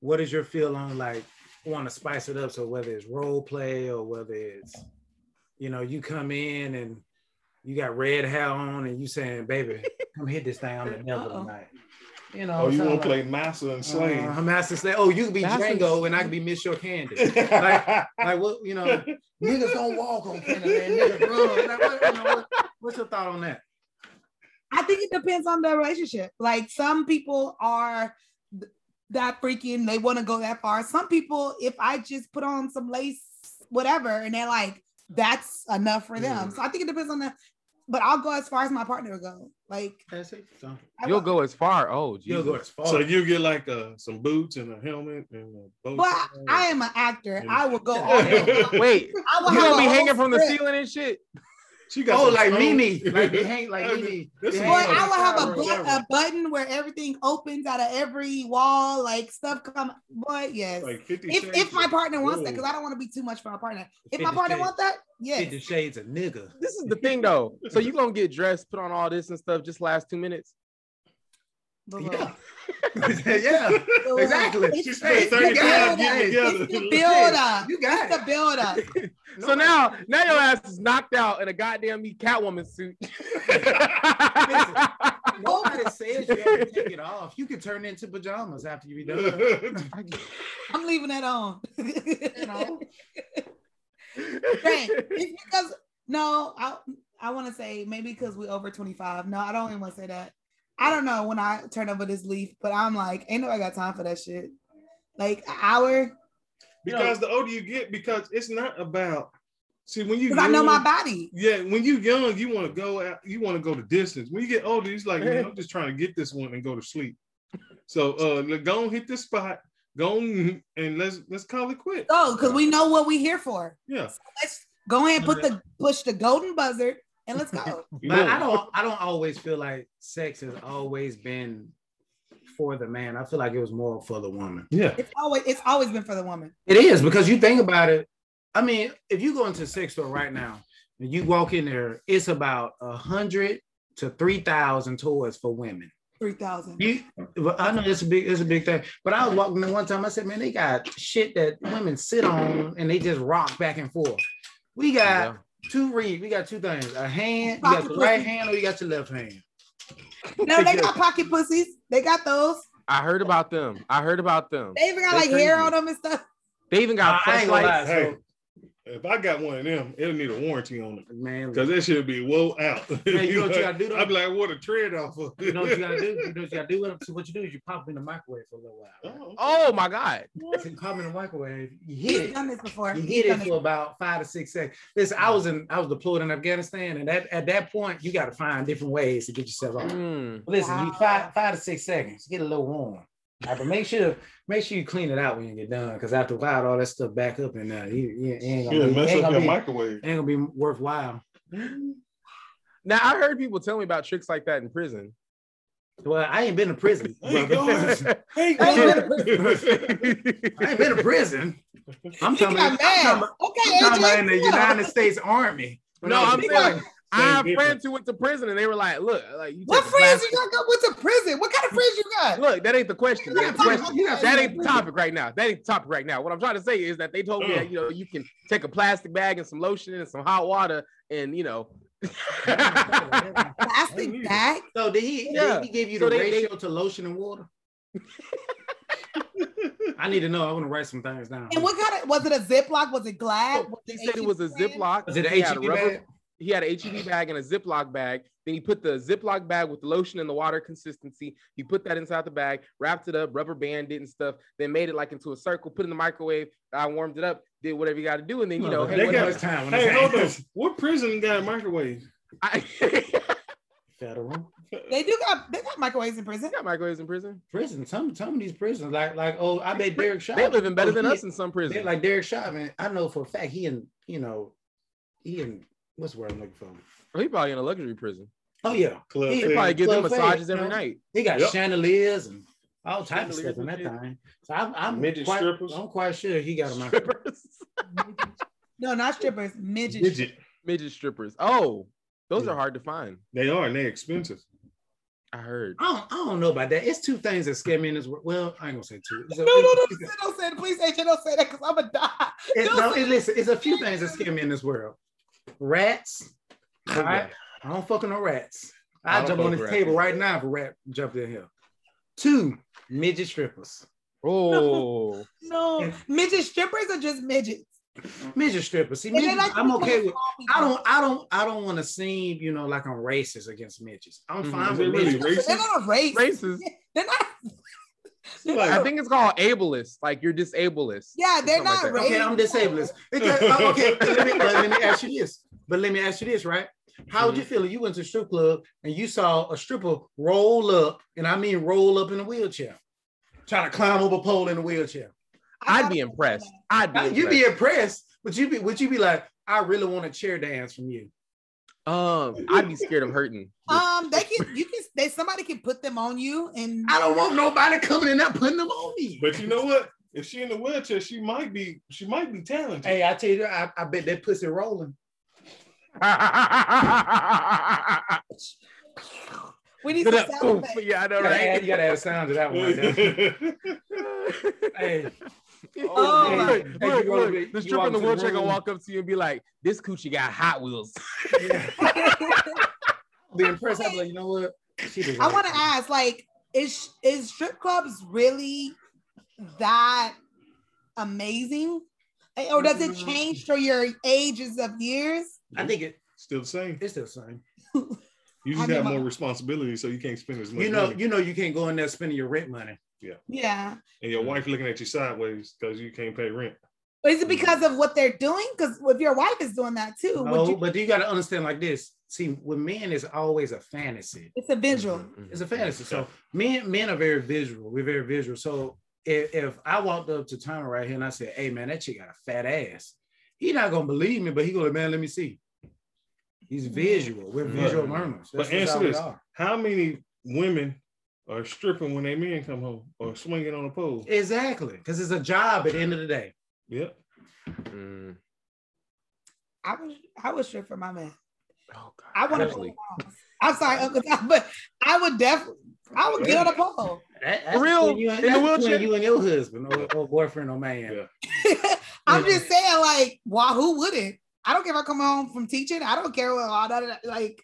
Speaker 2: what is your feel on like want to spice it up? So whether it's role play or whether it's you know you come in and you got red hair on and you saying, "Baby, come hit this thing on the devil
Speaker 3: Uh-oh.
Speaker 2: tonight." You know,
Speaker 1: Oh, you want
Speaker 2: something
Speaker 1: to play master and
Speaker 2: like-
Speaker 1: slave?
Speaker 2: Uh, I'm asking, say, "Oh, you can be
Speaker 4: That's
Speaker 2: Django
Speaker 4: ins-
Speaker 2: and I can be Miss
Speaker 1: *laughs*
Speaker 2: Your Candy." Like what you know, niggas don't walk on Canada, man. Niggas run. Like, what, you know, what, what's your thought on that?
Speaker 3: I think it depends on the relationship. Like some people are th- that freaking, they want to go that far. Some people, if I just put on some lace whatever, and they're like, that's enough for
Speaker 4: Mm.
Speaker 3: them. So I think it depends on the. But I'll go as far as my partner will go. Like
Speaker 2: That's it. So,
Speaker 3: I
Speaker 4: *laughs* You'll
Speaker 3: will.
Speaker 4: go as far. Oh,
Speaker 2: you'll
Speaker 4: Jesus.
Speaker 2: go as far.
Speaker 1: So you get like uh, some boots and a helmet and a bow.
Speaker 3: But
Speaker 1: tie.
Speaker 3: I am an actor. I will
Speaker 4: *laughs*
Speaker 3: go.
Speaker 1: *laughs*
Speaker 3: All the way.
Speaker 2: *laughs*
Speaker 4: Wait,
Speaker 3: I will
Speaker 4: you
Speaker 3: have
Speaker 4: gonna be
Speaker 3: a whole
Speaker 4: hanging from the
Speaker 3: script.
Speaker 4: ceiling and shit?
Speaker 1: she got
Speaker 2: oh,
Speaker 1: some
Speaker 2: like
Speaker 1: stones.
Speaker 2: Mimi,
Speaker 1: *laughs*
Speaker 2: like they hang, like Mimi.
Speaker 1: This
Speaker 2: they
Speaker 1: is
Speaker 3: Boy,
Speaker 1: what
Speaker 2: hang on
Speaker 3: I
Speaker 2: the
Speaker 3: will have
Speaker 2: side
Speaker 3: a,
Speaker 2: or whatever.
Speaker 3: but, a button where everything opens out of every wall, like stuff come. Boy, yes.
Speaker 1: Like 50
Speaker 3: if
Speaker 1: shades
Speaker 3: if my
Speaker 1: of-
Speaker 3: partner wants that,
Speaker 1: Whoa.
Speaker 3: because I don't want to be too much for my partner. If my
Speaker 2: Fifty
Speaker 3: partner
Speaker 2: Shades.
Speaker 3: wants that, yes.
Speaker 2: Fifty Shades of nigga.
Speaker 4: This is the thing though. So you gonna get dressed, put on all this and stuff, just last two minutes.
Speaker 3: But look,
Speaker 2: Yeah. *laughs* yeah,
Speaker 3: but look,
Speaker 2: exactly.
Speaker 3: It's,
Speaker 1: She
Speaker 3: it's,
Speaker 1: spent
Speaker 3: the
Speaker 1: 35
Speaker 3: build-up.
Speaker 1: getting
Speaker 3: It's the
Speaker 1: together.
Speaker 3: build-up.
Speaker 2: you got
Speaker 3: It's
Speaker 2: it.
Speaker 3: the
Speaker 2: *laughs*
Speaker 3: build-up.
Speaker 4: So now, now your ass is knocked out in a goddamn me Catwoman
Speaker 2: *laughs*
Speaker 4: suit.
Speaker 2: Nobody says you have to take it off. You can turn it into pajamas
Speaker 3: *laughs*
Speaker 1: *laughs*
Speaker 2: after you be done.
Speaker 3: I'm leaving that on. *laughs*
Speaker 2: You know,
Speaker 3: Dang, it's because no, I I want to say maybe because we over 25. No, I don't even want to say that. I don't know when I turn over this leaf, but I'm like, ain't nobody got time for that shit. Like an hour,
Speaker 1: because the older you get, because it's not about. See, when you
Speaker 3: because I know
Speaker 1: young-
Speaker 3: my body.
Speaker 1: Yeah, when you young, you want to go out, you want to go the distance. When you get older, it's like, man, I'm just trying to get this one and go to sleep. So uh let- go and hit this spot, go on and let's let's call it quit.
Speaker 3: Oh, because we know what we here for.
Speaker 1: Yeah.
Speaker 3: Let's go ahead and put the push the golden buzzer and let's go.
Speaker 2: but I don't. I don't always feel like sex has always been for the man. I feel like it was more for the woman.
Speaker 1: Yeah.
Speaker 3: It's always it's always been for the woman.
Speaker 2: It is because you think about it. I mean, if you go into a sex store right now and you walk in there, it's about a hundred to three thousand toys for women.
Speaker 3: Three thousand.
Speaker 2: You, well, I know it's a big, it's a big thing. But I was walking in one time. I said, man, they got shit that women sit on and they just rock back and forth. We got two reeds. We got two things: a hand. You got your right hand or you got your left hand.
Speaker 3: No, they got pocket pussies. They got those.
Speaker 4: I heard about them. I heard about them.
Speaker 3: They even got
Speaker 4: They
Speaker 3: like hair
Speaker 4: crazy.
Speaker 3: on them and stuff.
Speaker 4: They even got
Speaker 2: I ain't gonna
Speaker 4: flashlights.
Speaker 2: lie.
Speaker 1: Hey, if I got one of them, it'll need a warranty on it.
Speaker 2: Man,
Speaker 1: Cause that should be woe
Speaker 2: *laughs*
Speaker 1: out.
Speaker 2: Hey, you know what you gotta
Speaker 1: *laughs*
Speaker 2: do though?
Speaker 1: I'm like, what a tread off of.
Speaker 2: you
Speaker 1: *laughs*
Speaker 2: know what you gotta do? You know what you gotta do? What, so what you do is you pop it in the microwave for a little while. right?
Speaker 1: Oh,
Speaker 4: Oh my god.
Speaker 2: So you pop it in the microwave.
Speaker 3: *laughs*
Speaker 2: You hit
Speaker 3: He's
Speaker 2: it.
Speaker 3: done this before.
Speaker 2: You
Speaker 3: He's
Speaker 2: hit
Speaker 3: done
Speaker 2: it
Speaker 3: this
Speaker 2: for about five to six seconds. Listen, I was in, I was deployed in Afghanistan, and at, at that point, you got to find different ways to get yourself out.
Speaker 4: Mm.
Speaker 2: Listen, you
Speaker 3: Wow.
Speaker 2: five, five to six seconds, get a little warm. All right, but make sure, make sure you clean it out when you get done, because after a while, all that stuff back up and uh, you, you ain't gonna,
Speaker 1: yeah,
Speaker 2: be,
Speaker 1: mess
Speaker 2: ain't,
Speaker 1: up
Speaker 2: gonna
Speaker 1: your
Speaker 2: be,
Speaker 1: microwave.
Speaker 2: ain't gonna be worthwhile.
Speaker 4: Now I heard people tell me about tricks like that in prison.
Speaker 2: Well, I ain't been to prison.
Speaker 1: Hey,
Speaker 2: brother.
Speaker 1: guys.
Speaker 2: *laughs* I ain't been to prison. I ain't been to prison. I'm
Speaker 3: He
Speaker 2: talking,
Speaker 3: got
Speaker 2: about, I'm
Speaker 3: mad.
Speaker 2: talking,
Speaker 3: Okay,
Speaker 2: about- I'm talking about in the
Speaker 3: AJ, come on.
Speaker 2: United States Army. When
Speaker 4: No,
Speaker 2: I was
Speaker 4: I'm
Speaker 2: deployed.
Speaker 4: saying I have
Speaker 1: Same
Speaker 4: friends who went to prison and they were like, "Look, like you
Speaker 3: What
Speaker 4: took
Speaker 3: friends
Speaker 4: plastic-
Speaker 3: you got go with to prison? What kind of friends you got?
Speaker 4: Look, that ain't the
Speaker 3: You
Speaker 4: question. That
Speaker 3: got
Speaker 4: ain't the question.
Speaker 3: friends- you got
Speaker 4: That
Speaker 3: friends
Speaker 4: ain't
Speaker 3: in
Speaker 4: the
Speaker 3: prison.
Speaker 4: topic right now. That ain't the topic right now. What I'm trying to say is that they told me
Speaker 1: Ugh.
Speaker 4: that you know you can take a plastic bag and some lotion and some hot water and
Speaker 2: *laughs*
Speaker 4: you know.
Speaker 3: Plastic
Speaker 1: Yeah.
Speaker 3: bag?
Speaker 2: So did he?
Speaker 4: Yeah.
Speaker 2: Did he give you
Speaker 4: So
Speaker 2: the
Speaker 4: they- they-
Speaker 2: ratio to lotion and
Speaker 4: *laughs*
Speaker 2: water? I need to know. I want to write some things down.
Speaker 3: And what kind of was it a Ziploc? Was it glad? Was
Speaker 2: E
Speaker 4: he said it
Speaker 3: H-E-B
Speaker 4: was a
Speaker 3: brand?
Speaker 4: Ziploc.
Speaker 2: Is it
Speaker 4: He had a
Speaker 2: H-E-B
Speaker 4: rubber-
Speaker 2: bag?
Speaker 4: He had a HEB bag and a Ziploc bag. Then he put the Ziploc bag with the lotion and the water consistency. He put that inside the bag, wrapped it up, rubber band it and stuff. Then made it like into a circle, put it in the microwave. I warmed it up, did whatever you got to do, and then you know,
Speaker 2: Motherfucker,
Speaker 4: hey,
Speaker 1: They
Speaker 2: that
Speaker 1: got-
Speaker 4: whatever.
Speaker 2: much time.
Speaker 1: Hey, hold on. What prison got a microwave?
Speaker 4: I *laughs*
Speaker 2: Federal
Speaker 3: They do got they got microwaves in prison. *laughs*
Speaker 4: got microwaves in prison.
Speaker 2: prison. Some some of these prisons, like like oh, I bet Derek Shaw.
Speaker 4: They're living better than
Speaker 2: he-
Speaker 4: us in some
Speaker 2: they-
Speaker 4: prisons.
Speaker 2: Like Derek Shaw, man. I know for a fact he and you know he and what's the word I'm looking for?
Speaker 4: Oh, He probably in a luxury prison.
Speaker 2: Oh yeah,
Speaker 1: Club
Speaker 2: He
Speaker 4: They probably give them
Speaker 2: Club Fed,
Speaker 4: massages
Speaker 2: you
Speaker 4: every
Speaker 2: know?
Speaker 4: night.
Speaker 2: He got
Speaker 1: Yep.
Speaker 2: chandeliers and all types of stuff in that
Speaker 1: Chandeliers and
Speaker 2: thing. So I'm, I'm
Speaker 1: Midget
Speaker 2: quite,
Speaker 1: strippers.
Speaker 2: I'm quite sure he got a
Speaker 4: *laughs*
Speaker 2: microwave.
Speaker 4: Strippers.
Speaker 3: No, not strippers, midgets.
Speaker 1: Digit.
Speaker 4: Midget strippers. Oh, those
Speaker 2: Yeah.
Speaker 4: are hard to find.
Speaker 1: They are and they expensive.
Speaker 3: *laughs*
Speaker 4: I heard.
Speaker 2: I don't, I don't know about that. It's two things that scare me in this world. Well, I ain't gonna say two. It's a-
Speaker 3: No, no, no, no, don't say that. Please, AJ, don't say that because I'm gonna die.
Speaker 2: it- no, it- listen, it's a few things that scare me in this world. Rats. All right. I don't fucking know rats.
Speaker 4: I
Speaker 2: I
Speaker 4: don't
Speaker 2: jump on
Speaker 4: fuck
Speaker 2: this
Speaker 4: rats.
Speaker 2: table right now if a rat jumped in here. Two midget strippers.
Speaker 4: Oh,
Speaker 3: No, midget strippers are just midgets.
Speaker 2: Midget strippers. See,
Speaker 3: And they
Speaker 2: midget,
Speaker 3: like to
Speaker 2: I'm
Speaker 3: be
Speaker 2: okay
Speaker 3: called
Speaker 2: with.
Speaker 3: small people.
Speaker 2: I don't. I don't. I don't want to seem, you know, like I'm racist against midgets. I'm
Speaker 4: Mhm.
Speaker 2: fine
Speaker 1: Is
Speaker 2: with
Speaker 1: it really
Speaker 2: midgets.
Speaker 3: *laughs*
Speaker 1: racist?
Speaker 3: They're not a race.
Speaker 4: racist.
Speaker 3: They're not.
Speaker 1: Like,
Speaker 4: I think it's called ableist. Like you're disableist.
Speaker 3: Yeah, they're
Speaker 4: Something like
Speaker 3: not
Speaker 4: that.
Speaker 2: Okay, I'm disabled. Because, oh, okay, *laughs* but let, me, but let me ask you this. But let me ask you this, right? How would you feel if you went to a strip club and you saw a stripper roll up, and I mean roll up in a wheelchair, trying to climb up a pole in a wheelchair?
Speaker 4: I'd be impressed. I'd be.
Speaker 2: Now,
Speaker 4: Impressed.
Speaker 2: You'd be impressed, but you be would you be like, I really want a chair dance from you?
Speaker 4: um. I'd be scared of hurting.
Speaker 3: *laughs*
Speaker 4: *laughs*
Speaker 3: Um, they can you can they somebody can put them on you and
Speaker 2: I don't want nobody coming in there putting them on me.
Speaker 1: But you know what? If she in the wheelchair, she might be she might be talented.
Speaker 2: Hey, I tell you, I, I bet that pussy rolling.
Speaker 3: we need some sound
Speaker 4: Oof,
Speaker 3: effects.
Speaker 4: yeah, I know,
Speaker 2: You gotta,
Speaker 3: *laughs*
Speaker 2: add,
Speaker 4: right?
Speaker 2: you gotta add sound to that one.
Speaker 1: *laughs*
Speaker 2: Right there. hey,
Speaker 3: Oh,
Speaker 2: hey,
Speaker 3: my-
Speaker 4: look,
Speaker 2: hey,
Speaker 4: look,
Speaker 2: you gonna
Speaker 4: look.
Speaker 2: be-
Speaker 4: The
Speaker 2: you
Speaker 4: stripper
Speaker 2: walk
Speaker 4: in the
Speaker 2: to the
Speaker 4: wheelchair gonna
Speaker 2: room.
Speaker 4: walk up to you and be like, "This coochie got Hot Wheels."
Speaker 2: yeah. the impressed. I'd be like, you know what? She
Speaker 3: *laughs*
Speaker 2: deserves
Speaker 3: I want
Speaker 2: it.
Speaker 3: to ask, like, is is strip clubs really that amazing, Eh, or does it change through your ages of years?
Speaker 2: I think it,
Speaker 1: Still the same.
Speaker 2: it's the same.
Speaker 3: I
Speaker 1: You just
Speaker 3: mean,
Speaker 1: have
Speaker 3: my-
Speaker 1: more responsibility, so you can't spend as much.
Speaker 2: You know,
Speaker 1: money.
Speaker 2: you know, you can't go in there spending your rent money.
Speaker 3: Yeah,
Speaker 1: and your wife looking at you sideways because you can't pay rent.
Speaker 3: but
Speaker 2: Mm.
Speaker 3: is it because of what they're doing? Because if your wife is doing that too,
Speaker 2: No,
Speaker 3: would you,
Speaker 2: but you got to understand like this. See, with men, it's always a fantasy.
Speaker 3: it's a visual.
Speaker 4: Mm-hmm.
Speaker 2: It's a fantasy. So men, men are very visual. We're very visual. So if, if I walked up to Tommy right here and I said, "Hey man, that chick got a fat ass," he not gonna believe me, but he gonna man, let me see.
Speaker 3: Mm.
Speaker 2: He's visual. We're
Speaker 4: Right.
Speaker 2: visual learners.
Speaker 1: But
Speaker 2: That's
Speaker 1: answer
Speaker 2: how we
Speaker 1: this.
Speaker 2: are.
Speaker 1: How many women are stripping when their men come home or swinging on a pole?
Speaker 2: Exactly, because it's a job at the end of the day.
Speaker 1: Yep.
Speaker 4: Mm.
Speaker 3: I would I would strip for my man.
Speaker 4: Oh, God.
Speaker 3: I want
Speaker 4: Really?
Speaker 3: to. I'm sorry, Uncle Tom, but I would definitely. I would get on a pole. *laughs*
Speaker 2: That- that's
Speaker 4: For real?
Speaker 2: between You and,
Speaker 4: In the
Speaker 2: that's between
Speaker 4: wheelchair?
Speaker 2: you and your husband or, or boyfriend or man.
Speaker 1: Yeah.
Speaker 3: I'm just saying, like, why? Who wouldn't? I don't care if I come home from teaching. I don't care what all that. Like,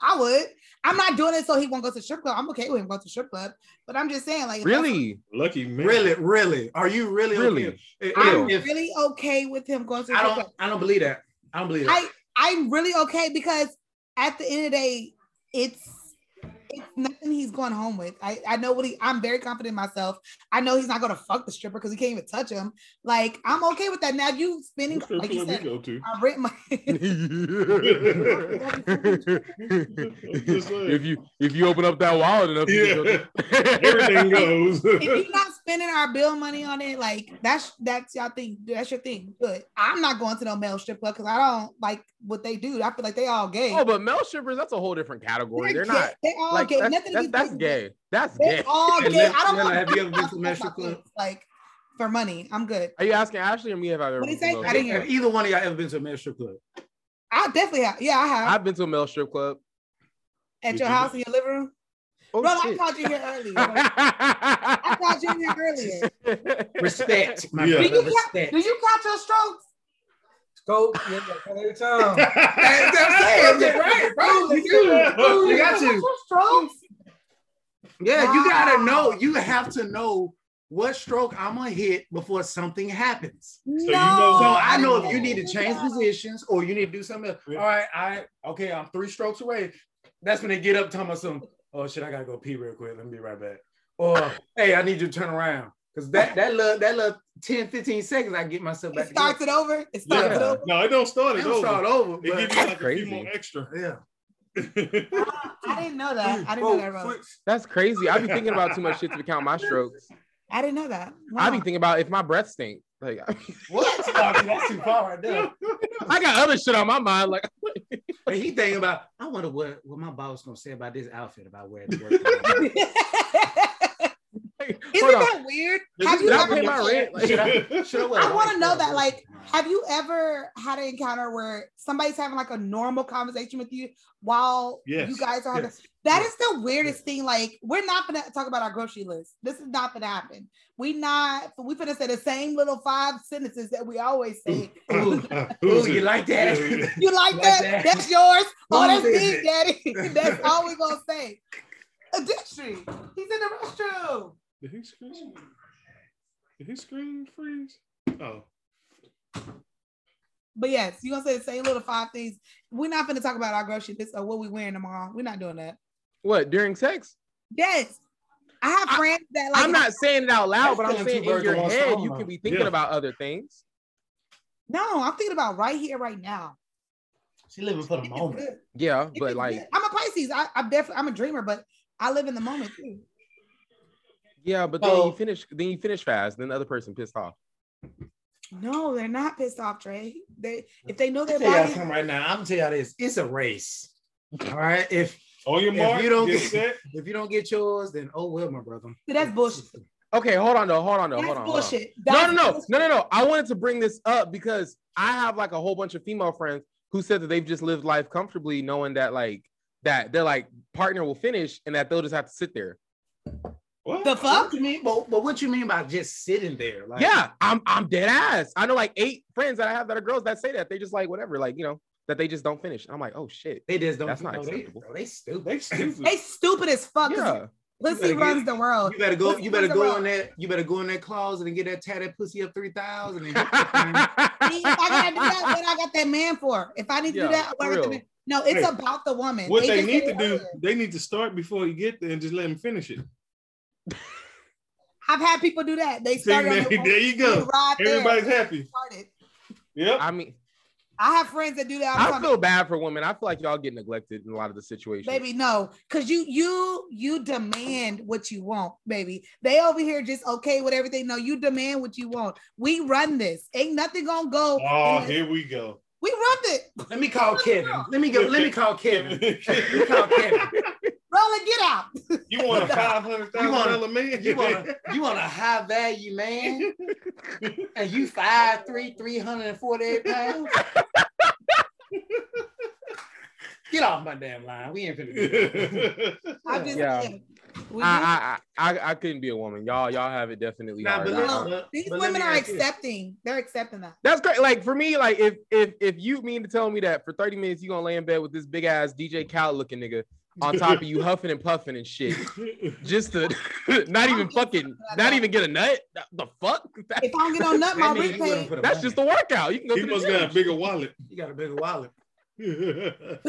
Speaker 3: I would. I'm not doing it so he won't go to strip club. I'm okay with him going to strip club, but I'm just saying, like, if
Speaker 4: Really?
Speaker 1: Lucky man.
Speaker 2: Really, really. Are you really
Speaker 4: Really?
Speaker 2: okay? If-
Speaker 3: I'm I'm
Speaker 2: if-
Speaker 3: really okay with him going to.
Speaker 2: I
Speaker 3: strip
Speaker 2: don't
Speaker 3: club.
Speaker 2: I don't believe that. I don't believe that.
Speaker 3: I I'm really okay because at the end of the day, it's it's nothing he's going home with. I I know what he. I'm very confident in myself. I know he's not going to fuck the stripper because he can't even touch him. Like I'm okay with that. Now you spending
Speaker 1: What strip
Speaker 3: like you said,
Speaker 1: club you go
Speaker 2: *laughs*
Speaker 1: to?
Speaker 3: I rent my.
Speaker 4: if you if you open up that wallet enough, you can
Speaker 1: Yeah, *laughs* everything
Speaker 3: *laughs*
Speaker 4: go-
Speaker 1: goes.
Speaker 3: *laughs*
Speaker 1: *laughs*
Speaker 3: if you're not spending our bill money on it, like that's that's y'all thing. That's your thing. Good. I'm not going to no male strip club because I don't like what they do. I feel like they all gay.
Speaker 4: oh, but male strippers, that's a whole different category. They're Oh,
Speaker 3: gay.
Speaker 4: not
Speaker 3: They all
Speaker 4: like
Speaker 3: gay.
Speaker 4: that's,
Speaker 3: Nothing
Speaker 4: that's,
Speaker 3: to
Speaker 4: that's
Speaker 3: be
Speaker 4: gay. That's
Speaker 3: They
Speaker 4: gay.
Speaker 3: all
Speaker 2: Hey,
Speaker 3: gay. I don't
Speaker 2: Lella,
Speaker 3: want.
Speaker 2: have you ever been to a male
Speaker 3: That's my
Speaker 2: strip club?
Speaker 3: thing, Like for money, I'm good.
Speaker 4: Are you asking Ashley or me if I've ever
Speaker 3: What'd he
Speaker 4: been
Speaker 3: say?
Speaker 4: to a
Speaker 3: I
Speaker 4: male
Speaker 3: didn't
Speaker 4: strip
Speaker 3: hear.
Speaker 2: Have
Speaker 4: club?
Speaker 2: either one of y'all ever been to a men's strip club?
Speaker 3: I definitely have. Yeah, I have
Speaker 4: I've been to a male strip club.
Speaker 3: at
Speaker 1: Did
Speaker 3: your
Speaker 1: you-
Speaker 3: house in your living room.
Speaker 4: Oh,
Speaker 3: Bro, I
Speaker 4: shit.
Speaker 3: called you here earlier. I called you in here
Speaker 2: *laughs*
Speaker 3: earlier.
Speaker 4: *laughs*
Speaker 2: Respect, my
Speaker 1: Yeah.
Speaker 2: brother,
Speaker 3: Do you-
Speaker 2: respect.
Speaker 3: Do you count your strokes?
Speaker 5: Go yeah, every time.
Speaker 2: *laughs* That's what I'm saying, that's right, bro. You do. You got to.
Speaker 3: Your strokes?
Speaker 2: Yeah, you gotta know. You have to know what stroke I'm gonna hit before something happens.
Speaker 1: you know-
Speaker 2: So
Speaker 1: Oh,
Speaker 2: I know
Speaker 1: no.
Speaker 2: if you need to change positions or you need to do something else. All
Speaker 1: Yeah.
Speaker 2: right, I okay, I'm three strokes away. That's when they get up talking about some, oh shit, I gotta go pee real quick. Let me be right back. Or hey, I need you to turn around. Cause that that little that little 10, 15 seconds I get myself back.
Speaker 3: It starts it over. It starts it
Speaker 4: Yeah.
Speaker 3: over.
Speaker 1: no, it don't start
Speaker 2: together.
Speaker 1: it
Speaker 2: It'll start
Speaker 1: over.
Speaker 2: over.
Speaker 1: It
Speaker 2: but-
Speaker 1: gives you like a
Speaker 4: Crazy.
Speaker 1: few more extra. *laughs*
Speaker 2: yeah.
Speaker 3: I didn't know
Speaker 2: Mm.
Speaker 3: that. I didn't know that. Rose.
Speaker 4: That's crazy. I've been thinking about too much shit to count my strokes.
Speaker 3: I didn't know that. *laughs*
Speaker 2: *laughs*
Speaker 4: I've
Speaker 3: Wow.
Speaker 4: been thinking about if my breath stink. Like *laughs*
Speaker 3: *laughs*
Speaker 2: What? Oh, that's too far right there.
Speaker 4: I got other shit on my mind. Like
Speaker 2: But he thinking about, I wonder what, what my boss gonna say about this outfit about wearing to
Speaker 3: *laughs*
Speaker 2: work.
Speaker 3: Isn't
Speaker 4: Hey, hold on.
Speaker 3: that weird?
Speaker 1: Did
Speaker 3: Have
Speaker 1: you
Speaker 3: you
Speaker 1: not
Speaker 3: ever
Speaker 1: pay
Speaker 4: my *laughs* rent?
Speaker 1: *laughs*
Speaker 4: Like-
Speaker 2: Should I- should wear
Speaker 3: I wanna
Speaker 2: a white
Speaker 3: know
Speaker 2: shirt?
Speaker 3: that, like, Have you ever had an encounter where somebody's having like a normal conversation with you while
Speaker 1: Yes.
Speaker 3: you guys are having
Speaker 2: Yes.
Speaker 3: that is the weirdest thing? Like, we're not gonna talk about our grocery list. This is not gonna happen. We not we finna say the same little five sentences that we always say. *laughs*
Speaker 2: Ooh,
Speaker 1: Who's
Speaker 2: ooh, you
Speaker 1: it?
Speaker 2: like that?
Speaker 3: You like,
Speaker 2: Like
Speaker 3: that?
Speaker 2: that.
Speaker 3: That's yours. Oh,
Speaker 2: Who's
Speaker 3: that's me,
Speaker 2: it?
Speaker 3: Daddy. *laughs* That's all we're gonna say. A dictionary. He's in the restroom.
Speaker 1: Did he scream? Did he scream freeze? Oh.
Speaker 3: But yes, you're gonna say the same little five things. We're not gonna talk about our grocery list or what we wearing tomorrow. We're not doing that.
Speaker 4: what during sex?
Speaker 3: Yes. I have
Speaker 4: I-
Speaker 3: friends that like.
Speaker 4: I'm not saying it out loud, but
Speaker 2: That's
Speaker 4: I'm
Speaker 2: killing
Speaker 4: saying
Speaker 2: two
Speaker 4: in
Speaker 2: birds
Speaker 4: your
Speaker 2: with one
Speaker 4: head
Speaker 2: stone,
Speaker 4: you
Speaker 2: though.
Speaker 4: can be thinking
Speaker 1: Yeah.
Speaker 4: about other things.
Speaker 3: No, I'm thinking about right here, right now.
Speaker 2: *laughs* She living for the moment.
Speaker 4: Yeah,
Speaker 3: It
Speaker 4: but
Speaker 3: is
Speaker 4: like,
Speaker 3: good. I'm a Pisces. I, I'm definitely I'm a dreamer, but I live in the moment too.
Speaker 4: yeah, but then
Speaker 2: So-
Speaker 4: you finish, then you finish fast, then the other person pissed off.
Speaker 3: No, they're not pissed off, Trey. They if they know
Speaker 2: I'll
Speaker 3: their
Speaker 2: tell y'all
Speaker 3: body,
Speaker 2: something right now. I'm gonna tell y'all this. It's a race. All right. If
Speaker 1: On your
Speaker 2: If
Speaker 1: mark,
Speaker 2: you don't
Speaker 1: get
Speaker 2: get- *laughs*
Speaker 1: set.
Speaker 2: if you don't get yours, then oh well, my brother.
Speaker 3: that's bullshit.
Speaker 4: Okay, hold on though, hold on though,
Speaker 3: That's
Speaker 4: hold on. hold on.
Speaker 3: bullshit.
Speaker 4: No,
Speaker 3: That's
Speaker 4: no, no,
Speaker 3: bullshit.
Speaker 4: no, no, no. I wanted to bring this up because I have like a whole bunch of female friends who said that they've just lived life comfortably, knowing that like that their like partner will finish and that they'll just have to sit there.
Speaker 1: What?
Speaker 3: The fuck?
Speaker 2: What you mean? But, but what you mean by just sitting there? Like,
Speaker 4: yeah, I'm I'm dead ass. I know like eight friends that I have that are girls that say that they just like whatever, like you know that they just don't finish. And I'm like, oh shit,
Speaker 2: They just don't.
Speaker 4: That's not
Speaker 2: no, they,
Speaker 4: acceptable.
Speaker 2: no, they stupid.
Speaker 1: They stupid.
Speaker 3: They stupid as fuck. Oh, 'cause
Speaker 4: yeah,
Speaker 3: Pussy
Speaker 2: You better
Speaker 3: runs
Speaker 2: get-
Speaker 3: the world.
Speaker 2: You better go.
Speaker 3: Oh, What's
Speaker 2: You better
Speaker 3: the
Speaker 2: go
Speaker 3: rock?
Speaker 2: on that. You better go in that closet and get that tatted pussy up three thousand. And get that thing.
Speaker 4: *laughs*
Speaker 3: *laughs* See, *laughs* if I gotta do that,
Speaker 4: yeah,
Speaker 3: what I got that man for? If I need to
Speaker 4: Yeah,
Speaker 3: do that, what I
Speaker 4: for
Speaker 3: got the
Speaker 4: real.
Speaker 3: man- no, it's
Speaker 1: Hey,
Speaker 3: about the woman.
Speaker 1: what they
Speaker 3: just
Speaker 1: need to
Speaker 3: said
Speaker 1: do,
Speaker 3: earlier.
Speaker 1: they need to start before you get there and just let them finish it.
Speaker 3: I've had people do that. They
Speaker 1: See,
Speaker 3: started. on
Speaker 1: there, *laughs*
Speaker 3: the-
Speaker 1: there you
Speaker 3: they
Speaker 1: go.
Speaker 3: ride there.
Speaker 1: Everybody's happy.
Speaker 3: Started.
Speaker 1: Yep.
Speaker 4: I mean,
Speaker 3: I have friends that do that. all the
Speaker 4: I
Speaker 3: time.
Speaker 4: feel bad for women. I feel like y'all get neglected in a lot of the situations.
Speaker 3: baby no because you you you demand what you want baby they over here just okay with everything no you demand what you want we run this ain't nothing gonna go
Speaker 1: Oh,
Speaker 3: unless-
Speaker 1: here we go. *laughs*
Speaker 3: we run it
Speaker 2: Let me call Kevin. Let me go. Let me
Speaker 4: *laughs*
Speaker 2: call Kevin. Let me call Kevin.
Speaker 3: roll it get out
Speaker 1: you want a five hundred thousand
Speaker 2: You want-
Speaker 1: dollar man? *laughs*
Speaker 2: You want a, you want a high value man, and you five three, three hundred and forty eight pounds. Get off my damn line. We ain't finna do that. *laughs*
Speaker 3: i'm just
Speaker 4: Yeah.
Speaker 3: saying, we just-
Speaker 4: I, I I I- I couldn't be a woman. Y'all y'all have it definitely
Speaker 2: Nah,
Speaker 4: hard.
Speaker 2: but
Speaker 4: I-
Speaker 2: look,
Speaker 4: I-
Speaker 3: no,
Speaker 2: but-
Speaker 3: these
Speaker 2: but let
Speaker 3: women
Speaker 2: me
Speaker 3: are
Speaker 2: ask you this.
Speaker 3: accepting they're accepting that
Speaker 4: That's great. Like for me, like if if if you mean to tell me that for 30 minutes you gonna lay in bed with this big ass DJ Cal looking nigga on top
Speaker 3: *laughs*
Speaker 4: of you huffing and puffing and shit, just to *laughs* not even fucking not even get a nut. The fuck? That-
Speaker 3: if i don't get on nothing my
Speaker 2: That mean
Speaker 3: rent
Speaker 2: you wouldn't
Speaker 3: paid
Speaker 4: *laughs*
Speaker 2: put a
Speaker 4: that's
Speaker 2: bucket.
Speaker 4: just the workout. You can go
Speaker 1: he
Speaker 4: to the
Speaker 1: must got a
Speaker 4: gym.
Speaker 1: bigger wallet. *laughs*
Speaker 2: you got a bigger wallet.
Speaker 3: but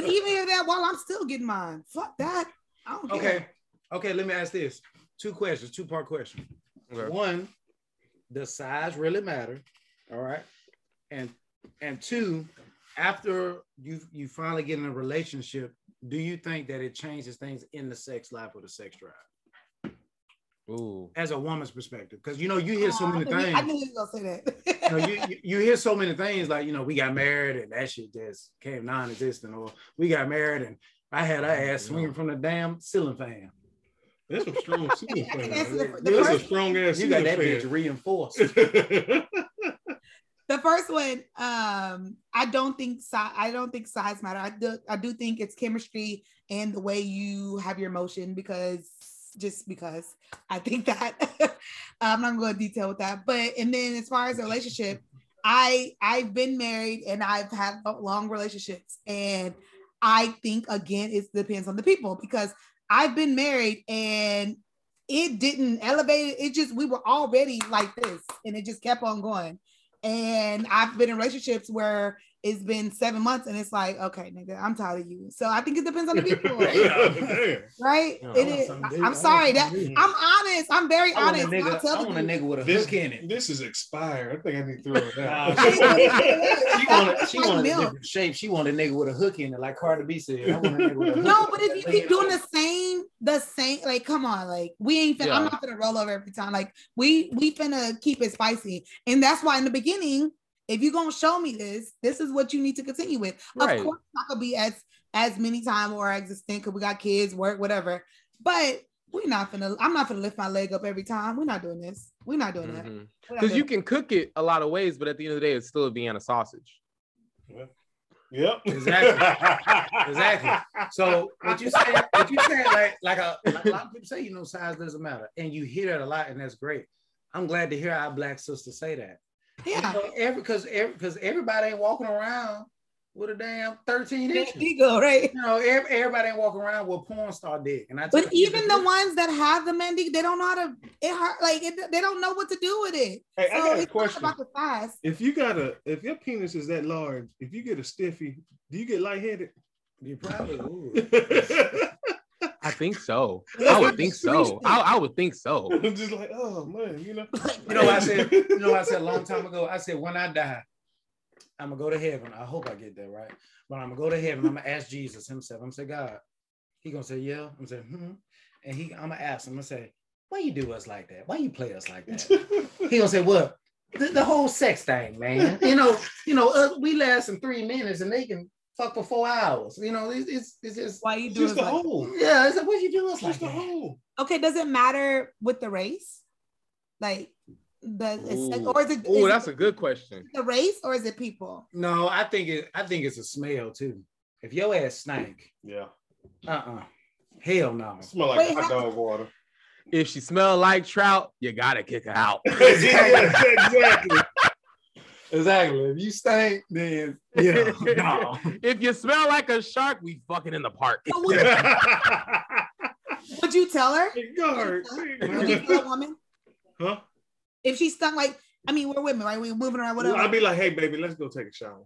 Speaker 3: even if that while i'm still getting mine fuck that i don't care
Speaker 2: Okay. Okay, let me ask this. Two questions, two part question.
Speaker 4: Okay.
Speaker 2: One, does size really matter? All right. And and two, after you you finally get in a relationshig, do you think that it changes things in the sex life or the sex drive?
Speaker 4: Ooh.
Speaker 2: As a woman's perspective, because you know you hear so many
Speaker 3: Oh, I knew, I
Speaker 2: things.
Speaker 3: knew he was gonna say
Speaker 2: You, know,
Speaker 3: that
Speaker 2: you, you- you hear so many things like you know we got married and that shit just came non-existent, or we got married and I had her ass swinging from the damn ceiling fan.
Speaker 1: That's some strong ceiling
Speaker 3: *laughs* I
Speaker 1: fan.
Speaker 3: can answer the, the
Speaker 2: This
Speaker 1: That's
Speaker 3: first
Speaker 1: a strong ass
Speaker 2: You
Speaker 1: ceiling
Speaker 2: got that bitch
Speaker 1: fan.
Speaker 2: reinforced.
Speaker 3: the first one um i don't think si- i don't think size matter i do i do think it's chemistry and the way you have your emotion because just because i think that *laughs* i'm not gonna go into detail with that but and then as far as the relationship i i've been married and i've had long relationships and i think again it depends on the people because i've been married and it didn't elevate it just we were already like this and it just kept on going and I've been in relationships where it's been seven months and it's like, okay, nigga, I'm tired of you. So I think it depends on the
Speaker 1: *laughs*
Speaker 3: people,
Speaker 1: Damn.
Speaker 3: right?
Speaker 4: Yeah, I
Speaker 3: It
Speaker 2: want
Speaker 3: is.
Speaker 2: some
Speaker 3: I-
Speaker 2: dude. I
Speaker 3: I'm sorry
Speaker 2: want
Speaker 3: that
Speaker 2: some dude.
Speaker 3: I'm honest. I'm very
Speaker 2: I want a
Speaker 3: honest. I'll
Speaker 2: nigga,
Speaker 3: tell
Speaker 2: I
Speaker 3: the
Speaker 2: want a
Speaker 3: people.
Speaker 2: nigga with a
Speaker 1: This-
Speaker 2: hook in it.
Speaker 1: This is expired. I think I need to throw
Speaker 2: *laughs*
Speaker 1: it out. *laughs*
Speaker 3: *laughs*
Speaker 2: Nah,
Speaker 3: It is what it is.
Speaker 2: She wanted,
Speaker 3: That's
Speaker 2: she
Speaker 3: like
Speaker 2: wanted a
Speaker 3: milk.
Speaker 2: different shape. She wanted a nigga with a hook in it, like Cardi B said. I want a nigga with a hook.
Speaker 3: No, but if you keep doing the same, the same, like, come on, like, we ain't. Finna, I'm
Speaker 4: Yeah.
Speaker 3: not gonna roll over every time. Like, we we finna keep it spicy, and that's why in the beginning, if you gonna show me this, this is what you need to continue with.
Speaker 4: Right.
Speaker 3: Of course, it's not gonna be as as many time or as extent because we got kids, work, whatever. But we not finna. I'm not finna lift my leg up every time. We're not doing this. We're not doing
Speaker 2: Mm-hmm.
Speaker 3: that.
Speaker 4: Mhm.
Speaker 3: We're not
Speaker 4: Cause
Speaker 3: doing
Speaker 4: you can cook it a lot of ways, but at the end of the day, it's still a Vienna sausage.
Speaker 1: Yep. *laughs*
Speaker 2: Exactly. Exactly. So what you saying? What you saying? Like, like a, like a lot of people say, you know, size doesn't matter, and you hear that a lot, and that's great. I'm glad to hear our black sister say that.
Speaker 3: that.
Speaker 2: You
Speaker 3: Yeah.
Speaker 2: know, every because every because everybody ain't walking around with a damn 13
Speaker 3: There
Speaker 2: inches.
Speaker 3: you go, right?
Speaker 2: You know, every, everybody ain't walking around with porn star dick, and I.
Speaker 3: But
Speaker 2: took-
Speaker 3: even the ones that have the Mendy, they don't know how to. It hurt like it, they don't know what to do with it.
Speaker 1: Hey, I
Speaker 3: so
Speaker 1: got a
Speaker 3: it's
Speaker 1: question.
Speaker 3: not about the size.
Speaker 1: If you got a, if your penis is that large, if
Speaker 2: *laughs*
Speaker 1: you get a stiffy, do you get lightheaded?
Speaker 2: you probably would.
Speaker 1: I
Speaker 4: I think so. I would think so. I, I would think so.
Speaker 1: I'm just like, oh man, you know.
Speaker 2: You know, what
Speaker 1: *laughs*
Speaker 2: I said, you know, what I said a long time ago. I said, when I die, I'm gonna go to heaven. I hope I get there right, but I'm gonna go to heaven. I'm gonna ask Jesus Himself. I'm gonna say, God, He gonna say, yeah. I'm gonna say, hmm, and He, I'm gonna ask Him. I'm gonna say, why you do us like that? Why you play us like
Speaker 1: *laughs*
Speaker 2: that? He gonna say, what? The, the whole sex thing, man. You know, you know, uh, we last in three minutes, and they can fuck for four hours. You know, it's it's, it's just
Speaker 3: Why you doing
Speaker 1: just the
Speaker 3: like,
Speaker 1: hole.
Speaker 2: yeah. It's like, what you do us like
Speaker 1: Just the
Speaker 2: that?
Speaker 1: hole.
Speaker 3: okay? Does it matter with the race? Like the it's-
Speaker 4: Ooh.
Speaker 3: or is it, is
Speaker 4: Oh,
Speaker 3: it
Speaker 4: that's a good question.
Speaker 3: the race or is it
Speaker 1: *laughs*
Speaker 3: people?
Speaker 2: No, I think it. I think it's a smell too. If your ass stank,
Speaker 1: Yeah.
Speaker 2: uh, uh hell no.
Speaker 1: Smell like
Speaker 3: Wait,
Speaker 1: hot
Speaker 3: how-
Speaker 1: dog
Speaker 2: *laughs*
Speaker 1: water.
Speaker 4: If she smell like trout, you gotta kick her out.
Speaker 1: yes, exactly.
Speaker 5: Exactly. If you stink,
Speaker 2: *laughs*
Speaker 5: then
Speaker 1: *laughs*
Speaker 2: Yeah, no.
Speaker 4: If you smell like a shark, we fucking in the park.
Speaker 3: But Would, would you tell her?
Speaker 1: God.
Speaker 3: Would you tell a woman
Speaker 1: Huh?
Speaker 3: if she stunk like? I mean, we're women, right? We're moving around, whatever.
Speaker 1: I'd be like, hey baby, let's go take a shower.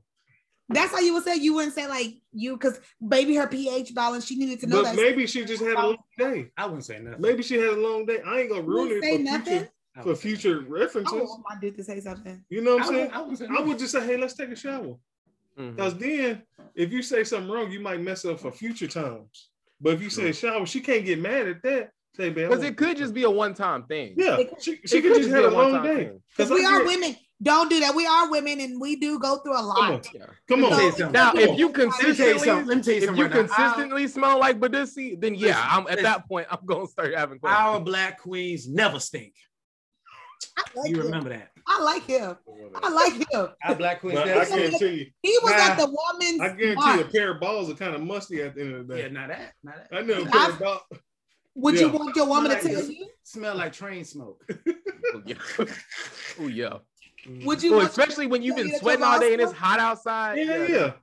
Speaker 3: That's how you would say you wouldn't say like you because baby her pH balance she needed to know
Speaker 1: But
Speaker 3: that.
Speaker 1: maybe she just had a long day.
Speaker 2: I wouldn't say nothing.
Speaker 1: Maybe she had a long day. I ain't gonna
Speaker 3: You
Speaker 1: ruin
Speaker 3: wouldn't
Speaker 1: it
Speaker 3: say
Speaker 1: for
Speaker 3: nothing. Oh.
Speaker 1: future, for future
Speaker 3: I would
Speaker 1: references.
Speaker 3: want my dude to say something.
Speaker 1: You know what I'm
Speaker 2: I,
Speaker 1: saying?
Speaker 2: wouldn't- I wouldn't say
Speaker 1: I
Speaker 2: nothing.
Speaker 1: would just say, hey, let's take a shower.
Speaker 4: Mhm.
Speaker 1: Because then, if you say something wrong, you might mess up for future times. But if you say shower, she can't get mad at that. Say, babe, I
Speaker 4: Cause
Speaker 1: want-
Speaker 4: it could just be a one-time thing.
Speaker 1: yeah,
Speaker 3: It-
Speaker 1: she, she
Speaker 4: It
Speaker 1: could just
Speaker 4: be
Speaker 1: have a long
Speaker 4: one-time
Speaker 1: day.
Speaker 4: thing.
Speaker 3: Because we are women. Don't do that. We are women and we do go through a
Speaker 1: Come on,
Speaker 3: lot.
Speaker 4: Yeah.
Speaker 1: come
Speaker 2: Let me tell you
Speaker 1: on.
Speaker 2: something.
Speaker 4: Now,
Speaker 3: Come
Speaker 4: if
Speaker 3: on.
Speaker 4: you
Speaker 2: Let me tell you
Speaker 4: consistently
Speaker 2: something. Let me tell you
Speaker 4: if
Speaker 2: something.
Speaker 4: you
Speaker 2: right now. Our-
Speaker 4: consistently smell like Badisi, then yeah,
Speaker 2: Listen,
Speaker 4: I'm at
Speaker 2: listen.
Speaker 4: that point I'm gonna start having questions.
Speaker 2: our black queens never stink.
Speaker 3: I like
Speaker 2: You
Speaker 3: him.
Speaker 2: remember that?
Speaker 3: I like him. I like him.
Speaker 2: Our black queens
Speaker 1: But
Speaker 2: never
Speaker 1: I
Speaker 2: stink.
Speaker 1: guarantee you,
Speaker 3: He was
Speaker 1: Nah,
Speaker 3: at the woman's.
Speaker 1: I guarantee you, a
Speaker 3: march.
Speaker 1: pair of balls are kind of musty at the end of the
Speaker 2: Yeah,
Speaker 1: day.
Speaker 2: not that. Not that.
Speaker 1: I know a pair
Speaker 3: I've-
Speaker 1: of balls.
Speaker 3: Would
Speaker 1: yeah.
Speaker 3: you want your woman to
Speaker 2: Like
Speaker 3: tell
Speaker 2: this.
Speaker 3: you?
Speaker 2: Smell like
Speaker 1: *laughs*
Speaker 2: train smoke.
Speaker 4: Oh yeah. Oh yeah.
Speaker 3: Would you
Speaker 4: Well,
Speaker 3: want
Speaker 4: especially when you've
Speaker 3: you
Speaker 4: been
Speaker 3: to
Speaker 4: sweating
Speaker 3: come
Speaker 4: all day
Speaker 3: out
Speaker 4: and it's
Speaker 3: still?
Speaker 4: hot outside.
Speaker 1: Yeah, yeah.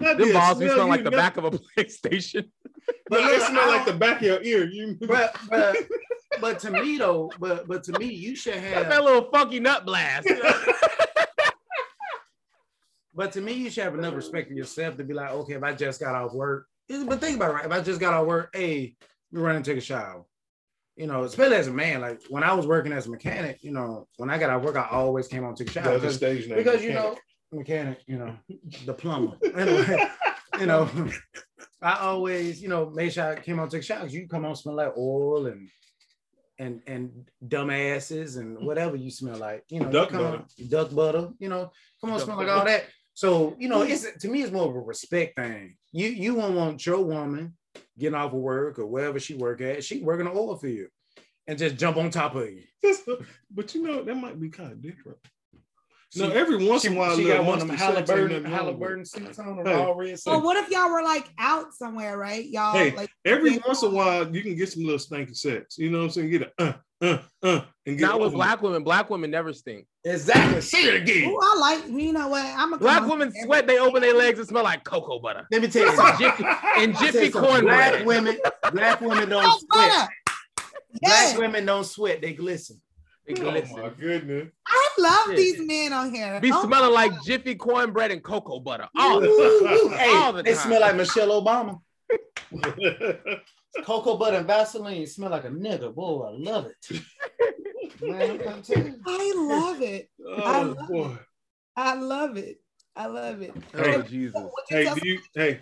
Speaker 1: That
Speaker 4: Them
Speaker 1: bitch
Speaker 4: balls be
Speaker 1: smell
Speaker 4: smelling
Speaker 1: you
Speaker 4: like the
Speaker 1: know-
Speaker 4: back of a *laughs* PlayStation.
Speaker 1: No,
Speaker 2: But
Speaker 1: it
Speaker 2: look,
Speaker 1: smell
Speaker 2: I
Speaker 1: like the back of your ear. You
Speaker 2: But but but to me though, but but to me, you should
Speaker 4: That's
Speaker 2: have.
Speaker 4: that little funky nut blast. *laughs*
Speaker 2: But to me, you should have enough respect for yourself to be like, okay, if I just got off work, but think about it, right? If I just got off work, hey, let me run and take a shower. You know, especially as a man, like when I was working as a mechanic, you know, when I got out of work, I always came home and took a shower
Speaker 1: That's a
Speaker 2: because,
Speaker 1: stage name.
Speaker 2: because you
Speaker 1: can't- *laughs*
Speaker 2: know, mechanic, you know, the plumber. Anyway, you know, I always, you know, made sure I came home and took showers. You come home smell like oil and and and dumbasses and whatever you smell like, you know, you
Speaker 1: Duck
Speaker 2: come
Speaker 1: butter.
Speaker 2: on- duck butter, you know, come on,
Speaker 4: Duck
Speaker 2: smell like
Speaker 4: butter.
Speaker 2: all that. So you know, it's to me, it's more of a respect thing. You you won't want your woman getting off of work or wherever she work at. She working the oil field and just jump on top of you.
Speaker 1: but you know that might be kind of different.
Speaker 2: She,
Speaker 1: no, every once
Speaker 2: she,
Speaker 1: in a while,
Speaker 2: she
Speaker 1: little
Speaker 2: got one of them
Speaker 1: mustard sex ain't
Speaker 2: Halliburton
Speaker 1: nothing wrong with it.
Speaker 2: Halliburton suits on,
Speaker 1: Hey.
Speaker 2: her all red
Speaker 3: Well,
Speaker 2: suits.
Speaker 3: what if y'all were like out somewhere, right? Y'all
Speaker 1: Hey,
Speaker 3: like
Speaker 1: Every
Speaker 3: Yeah.
Speaker 1: once in a while, you can get some little stinky sex. You know what I'm saying? Get a uh, uh, uh, and get
Speaker 4: Not with
Speaker 1: over
Speaker 4: black women. Black women never stink.
Speaker 2: Exactly. Say it again.
Speaker 3: oh, I like you know what? I'm a
Speaker 4: Black women sweat, they open their legs and smell like cocoa butter.
Speaker 2: Let me tell you,
Speaker 1: it.
Speaker 2: something.
Speaker 4: Jiffy- And
Speaker 2: *laughs* Let me tell
Speaker 4: jiffy
Speaker 2: you something. black
Speaker 4: cornbread.
Speaker 2: women, black women don't
Speaker 3: Oh,
Speaker 2: sweat.
Speaker 3: butter.
Speaker 2: Black
Speaker 3: Yes,
Speaker 2: women don't sweat. They glisten. They
Speaker 1: Oh
Speaker 2: glisten.
Speaker 1: my goodness!
Speaker 3: I love
Speaker 4: Yeah.
Speaker 3: these men on here.
Speaker 4: Be
Speaker 3: Oh,
Speaker 4: smelling like jiffy cornbread and cocoa butter. Oh, All the
Speaker 2: Ooh, ooh, hey,
Speaker 4: All the
Speaker 2: they
Speaker 4: time.
Speaker 2: smell like Michelle Obama. Cocoa butter and Vaseline smell like a nigga. Boy, I love it. Man, I'm trying to tell you.
Speaker 3: I love it. I
Speaker 1: *laughs* oh
Speaker 3: love
Speaker 1: boy!
Speaker 3: I love it. I love it.
Speaker 4: Oh Jesus.
Speaker 3: Would you
Speaker 1: Hey,
Speaker 3: tell
Speaker 1: do you? Hey,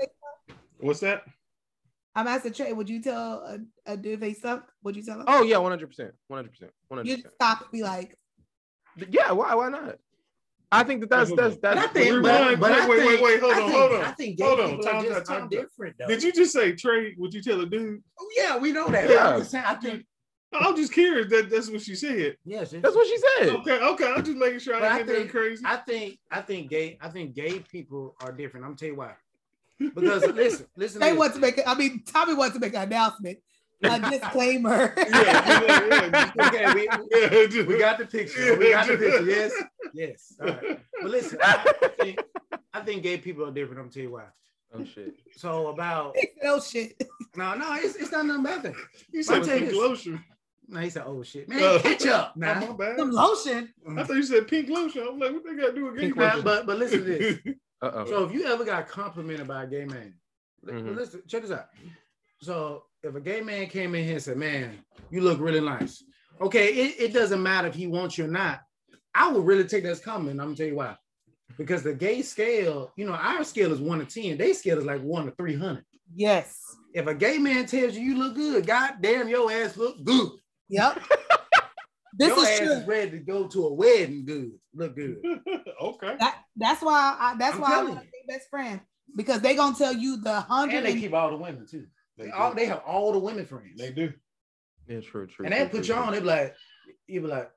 Speaker 1: what's that?
Speaker 3: I'm asking Trey, would you tell a, a dude they suck? Would you tell him?
Speaker 4: Oh yeah, 100 percent 100 percent 100
Speaker 3: you
Speaker 4: percent
Speaker 3: just stop and be like,
Speaker 4: Yeah, why why not? I think that that's that's
Speaker 2: But
Speaker 4: that's
Speaker 2: I think, but,
Speaker 1: Rewind,
Speaker 2: but I
Speaker 1: wait, wait,
Speaker 2: think-
Speaker 1: wait, hold
Speaker 2: I
Speaker 1: on,
Speaker 2: think-
Speaker 1: hold on,
Speaker 2: I think gay
Speaker 1: hold on,
Speaker 2: people are
Speaker 1: time
Speaker 2: just
Speaker 1: out,
Speaker 2: too
Speaker 1: time out.
Speaker 2: different, though.
Speaker 1: Did you just say Trey? Would you tell a dude?
Speaker 2: Oh, yeah, we know that.
Speaker 4: Yeah.
Speaker 2: I'm just saying, I think,
Speaker 1: I'm just curious. That that's what she said.
Speaker 2: yeah, shit.
Speaker 4: that's what she said.
Speaker 1: Okay, okay. I'm just making sure
Speaker 2: But I
Speaker 1: I ain't getting
Speaker 2: think-
Speaker 1: crazy.
Speaker 2: I think, I think gay, I think gay people are different. I'm tell you why. Because listen, listen. to
Speaker 3: they
Speaker 2: this.
Speaker 3: want to make it. I mean, Tommy wants to make an announcement,
Speaker 2: *laughs*
Speaker 3: a disclaimer.
Speaker 1: yeah, yeah, yeah.
Speaker 2: okay, we,
Speaker 1: *laughs* Yeah, just-
Speaker 2: we got the picture. We got the *laughs* picture. Yes, yes. All right. But listen, I think, I think gay people are different. I'm tell you why.
Speaker 4: Oh shit.
Speaker 2: So about
Speaker 3: *laughs* no shit.
Speaker 2: no, no, it's, it's not nothing about that.
Speaker 1: You said
Speaker 2: tell you
Speaker 1: pink
Speaker 2: this.
Speaker 1: lotion.
Speaker 2: No, he said, oh shit, man,
Speaker 1: Uh,
Speaker 2: catch up
Speaker 1: Nah.
Speaker 2: now.
Speaker 1: my bad.
Speaker 3: Some lotion.
Speaker 1: I thought you said pink lotion. I'm like, what they got to do with
Speaker 4: Pink
Speaker 1: gay
Speaker 2: Now, but but listen to this.
Speaker 1: people?
Speaker 4: Uh oh.
Speaker 2: So if you ever got complimented by a gay man, li-
Speaker 4: Mhm.
Speaker 2: listen, check this out. So if a gay man came in here and said, "Man, you look really nice," okay, it, it doesn't matter if he wants you or not. I would really take that as comment. I'm gonna tell you why. Because the gay scale, you know, our scale is one to ten. They scale is like one to three hundred.
Speaker 3: Yes.
Speaker 2: If a gay man tells you you look good, goddamn, your ass look good. *laughs*
Speaker 3: Yep. this
Speaker 2: your
Speaker 3: is
Speaker 2: ass
Speaker 3: true.
Speaker 2: is ready to go to a wedding. Good, look good.
Speaker 1: *laughs* okay.
Speaker 3: That that's why I, that's
Speaker 2: I'm
Speaker 3: why I
Speaker 2: telling
Speaker 3: want to be best friend because they gonna tell you the hundred.
Speaker 2: And they keep all the women too. They, all,
Speaker 1: do.
Speaker 2: they have all the women friends.
Speaker 1: They do.
Speaker 4: Yeah, true, true.
Speaker 2: and they
Speaker 4: true,
Speaker 2: put
Speaker 4: true,
Speaker 2: you on. They be like, you be like,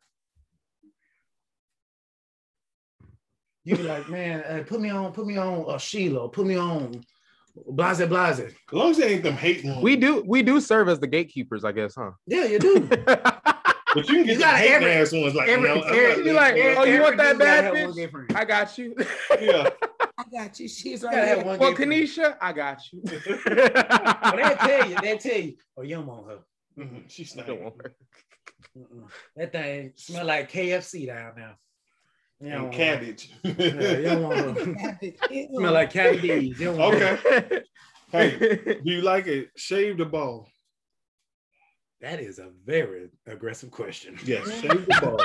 Speaker 2: you be like, man, uh, put me on, put me on, uh, Sheila, put me on, Blase Blase.
Speaker 1: As long as they ain't them hating
Speaker 4: true.
Speaker 1: on
Speaker 4: We
Speaker 1: you.
Speaker 4: do we do serve as the gatekeepers, I guess, *laughs* huh?
Speaker 2: Yeah,
Speaker 1: *laughs*
Speaker 2: you do.
Speaker 1: But you can
Speaker 2: You
Speaker 1: get
Speaker 2: got
Speaker 1: them hating
Speaker 2: every-
Speaker 1: ass ones like, uh,
Speaker 2: every-
Speaker 1: no, I'm not
Speaker 2: every-
Speaker 4: you like,
Speaker 1: dating
Speaker 4: oh, you
Speaker 1: you.
Speaker 4: want that
Speaker 2: dude gotta
Speaker 4: bad
Speaker 2: have one
Speaker 4: bitch?
Speaker 2: gay friend.
Speaker 4: I got you.
Speaker 1: Yeah.
Speaker 3: I got you. She's
Speaker 2: You
Speaker 3: right
Speaker 2: gotta have
Speaker 3: here.
Speaker 2: one
Speaker 4: Well,
Speaker 2: gay friend.
Speaker 4: Kanisha, I got you.
Speaker 2: But they tell you, they tell you, oh, you don't want her.
Speaker 1: Mhm, She's not.
Speaker 4: Don't want her.
Speaker 2: Mm-mm. That thing smell like KFC down now. You don't
Speaker 1: And
Speaker 2: want her.
Speaker 1: cabbage.
Speaker 2: Yeah, you don't want her.
Speaker 3: like
Speaker 2: smell like Cat D's. You don't want her.
Speaker 1: Okay. *laughs* Hey, do you like it shaved or bald?
Speaker 2: That is a very aggressive question.
Speaker 1: Yes, shaved or bald.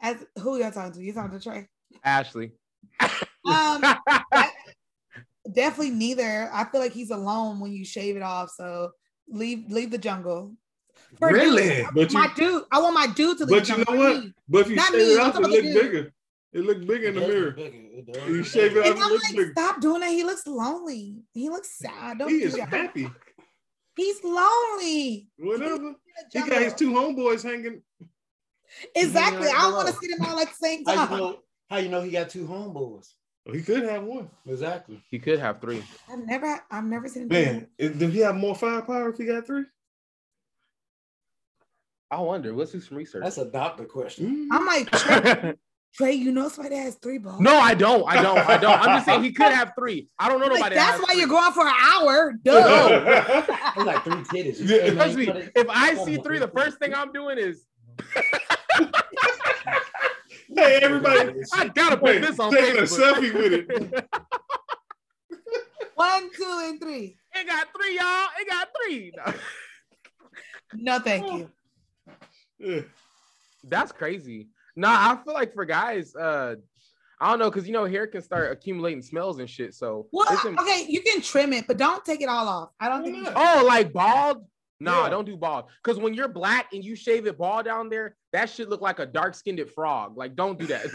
Speaker 3: as who y'all talking to? You talking to Trey?
Speaker 4: *laughs* Ashley.
Speaker 1: *laughs*
Speaker 3: Um, definitely neither. I feel like he's alone when you shave it off. So leave leave the jungle. For dudes,
Speaker 2: Really?
Speaker 1: But you,
Speaker 3: my dude, I want my dude to leave.
Speaker 1: But
Speaker 3: the
Speaker 1: you
Speaker 3: jungle,
Speaker 1: know
Speaker 3: not
Speaker 1: what?
Speaker 3: me.
Speaker 1: but if you
Speaker 3: Not
Speaker 1: shave
Speaker 3: me, I'm
Speaker 1: it off, it
Speaker 3: talking
Speaker 1: look
Speaker 3: about you.
Speaker 1: bigger. It look bigger in the mirror. You
Speaker 5: You
Speaker 1: shave it
Speaker 3: And
Speaker 1: off, it
Speaker 3: I'm
Speaker 1: looks
Speaker 3: like,
Speaker 1: bigger.
Speaker 3: stop doing that. He looks lonely. He looks sad. Don't
Speaker 1: He
Speaker 3: do
Speaker 1: is
Speaker 3: that.
Speaker 1: happy.
Speaker 3: He's lonely.
Speaker 1: Whatever. He
Speaker 3: In the
Speaker 1: got his
Speaker 3: jungle.
Speaker 1: two homeboys hanging.
Speaker 3: Exactly.
Speaker 2: Yeah,
Speaker 3: I don't
Speaker 2: bro.
Speaker 3: want
Speaker 1: "Oh."
Speaker 3: to see them all at the same
Speaker 2: How
Speaker 3: time.
Speaker 2: you know? How you know he got two homeboys?
Speaker 1: Oh, He could have one.
Speaker 2: Exactly.
Speaker 4: He could have three.
Speaker 3: I've never, I've never seen him. do
Speaker 1: Man, if- did he have more firepower if he got three?
Speaker 4: I wonder. Let's do some research. *laughs*
Speaker 2: That's a doctor
Speaker 1: Mm.
Speaker 2: question.
Speaker 3: that. I'm like, Trey, Trey, you know somebody that has three balls.
Speaker 4: no, I don't. I don't. I don't. I'm just saying he could have three. I don't know
Speaker 3: Like,
Speaker 4: nobody. that
Speaker 3: that's
Speaker 4: has
Speaker 3: why
Speaker 4: three.
Speaker 3: you're going for an hour. Duh.
Speaker 2: It's like three titties.
Speaker 1: Yeah,
Speaker 2: Hey, man,
Speaker 4: Trust me,
Speaker 2: you gotta-
Speaker 4: if I see three, the first thing I'm doing is
Speaker 1: *laughs* hey, *laughs* everybody.
Speaker 4: I gotta put
Speaker 1: Wait,
Speaker 4: this on
Speaker 1: taking a
Speaker 4: Facebook.
Speaker 1: selfie with it.
Speaker 3: One, two, and three.
Speaker 4: *laughs* It got three, y'all. It got three. No.
Speaker 3: No, thank
Speaker 1: Oh.
Speaker 3: you.
Speaker 1: Yeah.
Speaker 4: That's crazy. Nah, I feel like for guys, uh, I don't know, cause you know hair can start accumulating smells and shit. So
Speaker 3: Well,
Speaker 4: it's im-
Speaker 3: okay, you can trim it, but don't take it all off. I don't
Speaker 1: Why
Speaker 3: think. You
Speaker 1: not?
Speaker 3: should.
Speaker 4: oh, like bald. Nah,
Speaker 1: Yeah.
Speaker 4: don't do bald. Cause when you're black and you shave it bald down there, that shit look like a dark skinned frog. Like, don't do that. *laughs*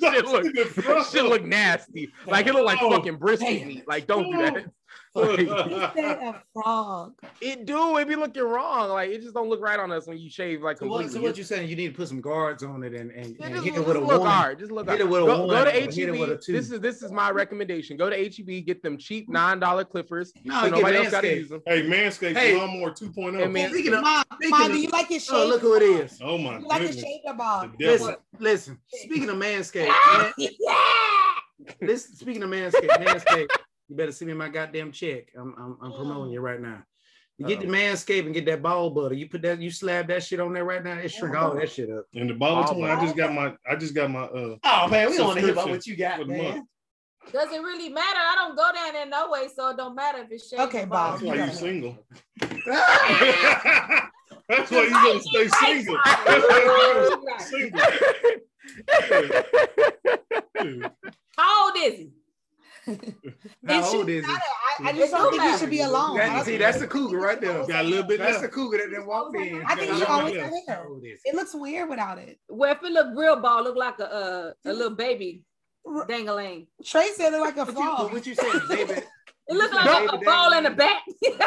Speaker 4: That shit look, that
Speaker 1: *laughs*
Speaker 4: shit look nasty. Like it look like
Speaker 1: Oh,
Speaker 4: fucking brisket
Speaker 2: damn.
Speaker 4: meat. Like, don't do that.
Speaker 2: *laughs*
Speaker 4: Like,
Speaker 3: He said a frog.
Speaker 4: it do. It be looking wrong. Like it just don't look right on us when you shave like
Speaker 2: So what,
Speaker 4: completely.
Speaker 2: so what you saying? You need to put some guards on it and, and,
Speaker 4: Yeah,
Speaker 2: and
Speaker 4: just,
Speaker 2: hit it
Speaker 4: just
Speaker 2: with a
Speaker 4: look
Speaker 2: one.
Speaker 4: hard. Just look
Speaker 2: Hit
Speaker 4: hard.
Speaker 2: it with a
Speaker 4: Go, go
Speaker 2: one
Speaker 4: to
Speaker 2: or hit it with a
Speaker 4: HEB.
Speaker 2: two.
Speaker 4: This is this is my recommendation. Go to HEB. Get them cheap nine dollar clippers.
Speaker 2: No,
Speaker 4: so
Speaker 2: get
Speaker 4: nobody else got
Speaker 2: Manscaped.
Speaker 4: to use them.
Speaker 1: Hey, Manscaped
Speaker 2: Hey.
Speaker 1: Lawnmower 2.0.
Speaker 4: Hey, man.
Speaker 2: Speaking of-
Speaker 3: Mom,
Speaker 2: speaking
Speaker 3: mom,
Speaker 2: of-
Speaker 3: do you like it shaved?
Speaker 2: Oh, look who it is.
Speaker 1: oh my
Speaker 3: You like it
Speaker 1: goodness.
Speaker 3: shaved or bald?
Speaker 1: The
Speaker 2: Listen,
Speaker 1: devil.
Speaker 2: listen. Speaking of Manscaped, man,
Speaker 3: Ah, yeah.
Speaker 2: listen, speaking of Manscaped, Manscaped, you better send me my goddamn check. I'm, I'm, I'm promoting you right now. You get the Manscaped and get that ball butter. You put that, you slab that shit on there right now. It shrink all that shit up.
Speaker 1: And the ball
Speaker 4: Oh,
Speaker 1: one, I just got my, I just got my, uh,
Speaker 2: Oh man,
Speaker 1: we don't wanna hear about what
Speaker 2: you
Speaker 1: for
Speaker 2: got,
Speaker 1: the month.
Speaker 6: Does it really matter? I don't go down there no way, so it don't matter if it's shaved.
Speaker 3: Okay,
Speaker 6: or
Speaker 3: Bob.
Speaker 1: That's
Speaker 4: Oh,
Speaker 1: why you single.
Speaker 3: *laughs*
Speaker 2: Ah!
Speaker 1: That's why you gotta stay
Speaker 4: *laughs*
Speaker 1: single. *laughs* That's why
Speaker 6: bald.
Speaker 1: you gotta stay single.
Speaker 6: How old is he?
Speaker 3: It
Speaker 2: How old
Speaker 3: should
Speaker 2: is he?
Speaker 3: matter. I, I just don't think he should be alone. Oh, I
Speaker 2: That,
Speaker 3: don't
Speaker 2: see,
Speaker 3: think-
Speaker 2: that's the cougar right there.
Speaker 1: Got a little bit
Speaker 2: That's
Speaker 1: left.
Speaker 2: the cougar that, that walked in.
Speaker 3: I think he
Speaker 1: Yeah.
Speaker 3: always
Speaker 1: Yeah.
Speaker 3: had hair.
Speaker 2: How old is he?
Speaker 3: It looks weird without it.
Speaker 6: Well, if it look real bald, look like a uh, a little baby
Speaker 3: R-
Speaker 6: dangling.
Speaker 3: Trey said it like a
Speaker 2: What you, but
Speaker 3: frog.
Speaker 2: what you saying,
Speaker 3: *laughs*
Speaker 2: David?
Speaker 6: It look like a, a ball in the back. *laughs*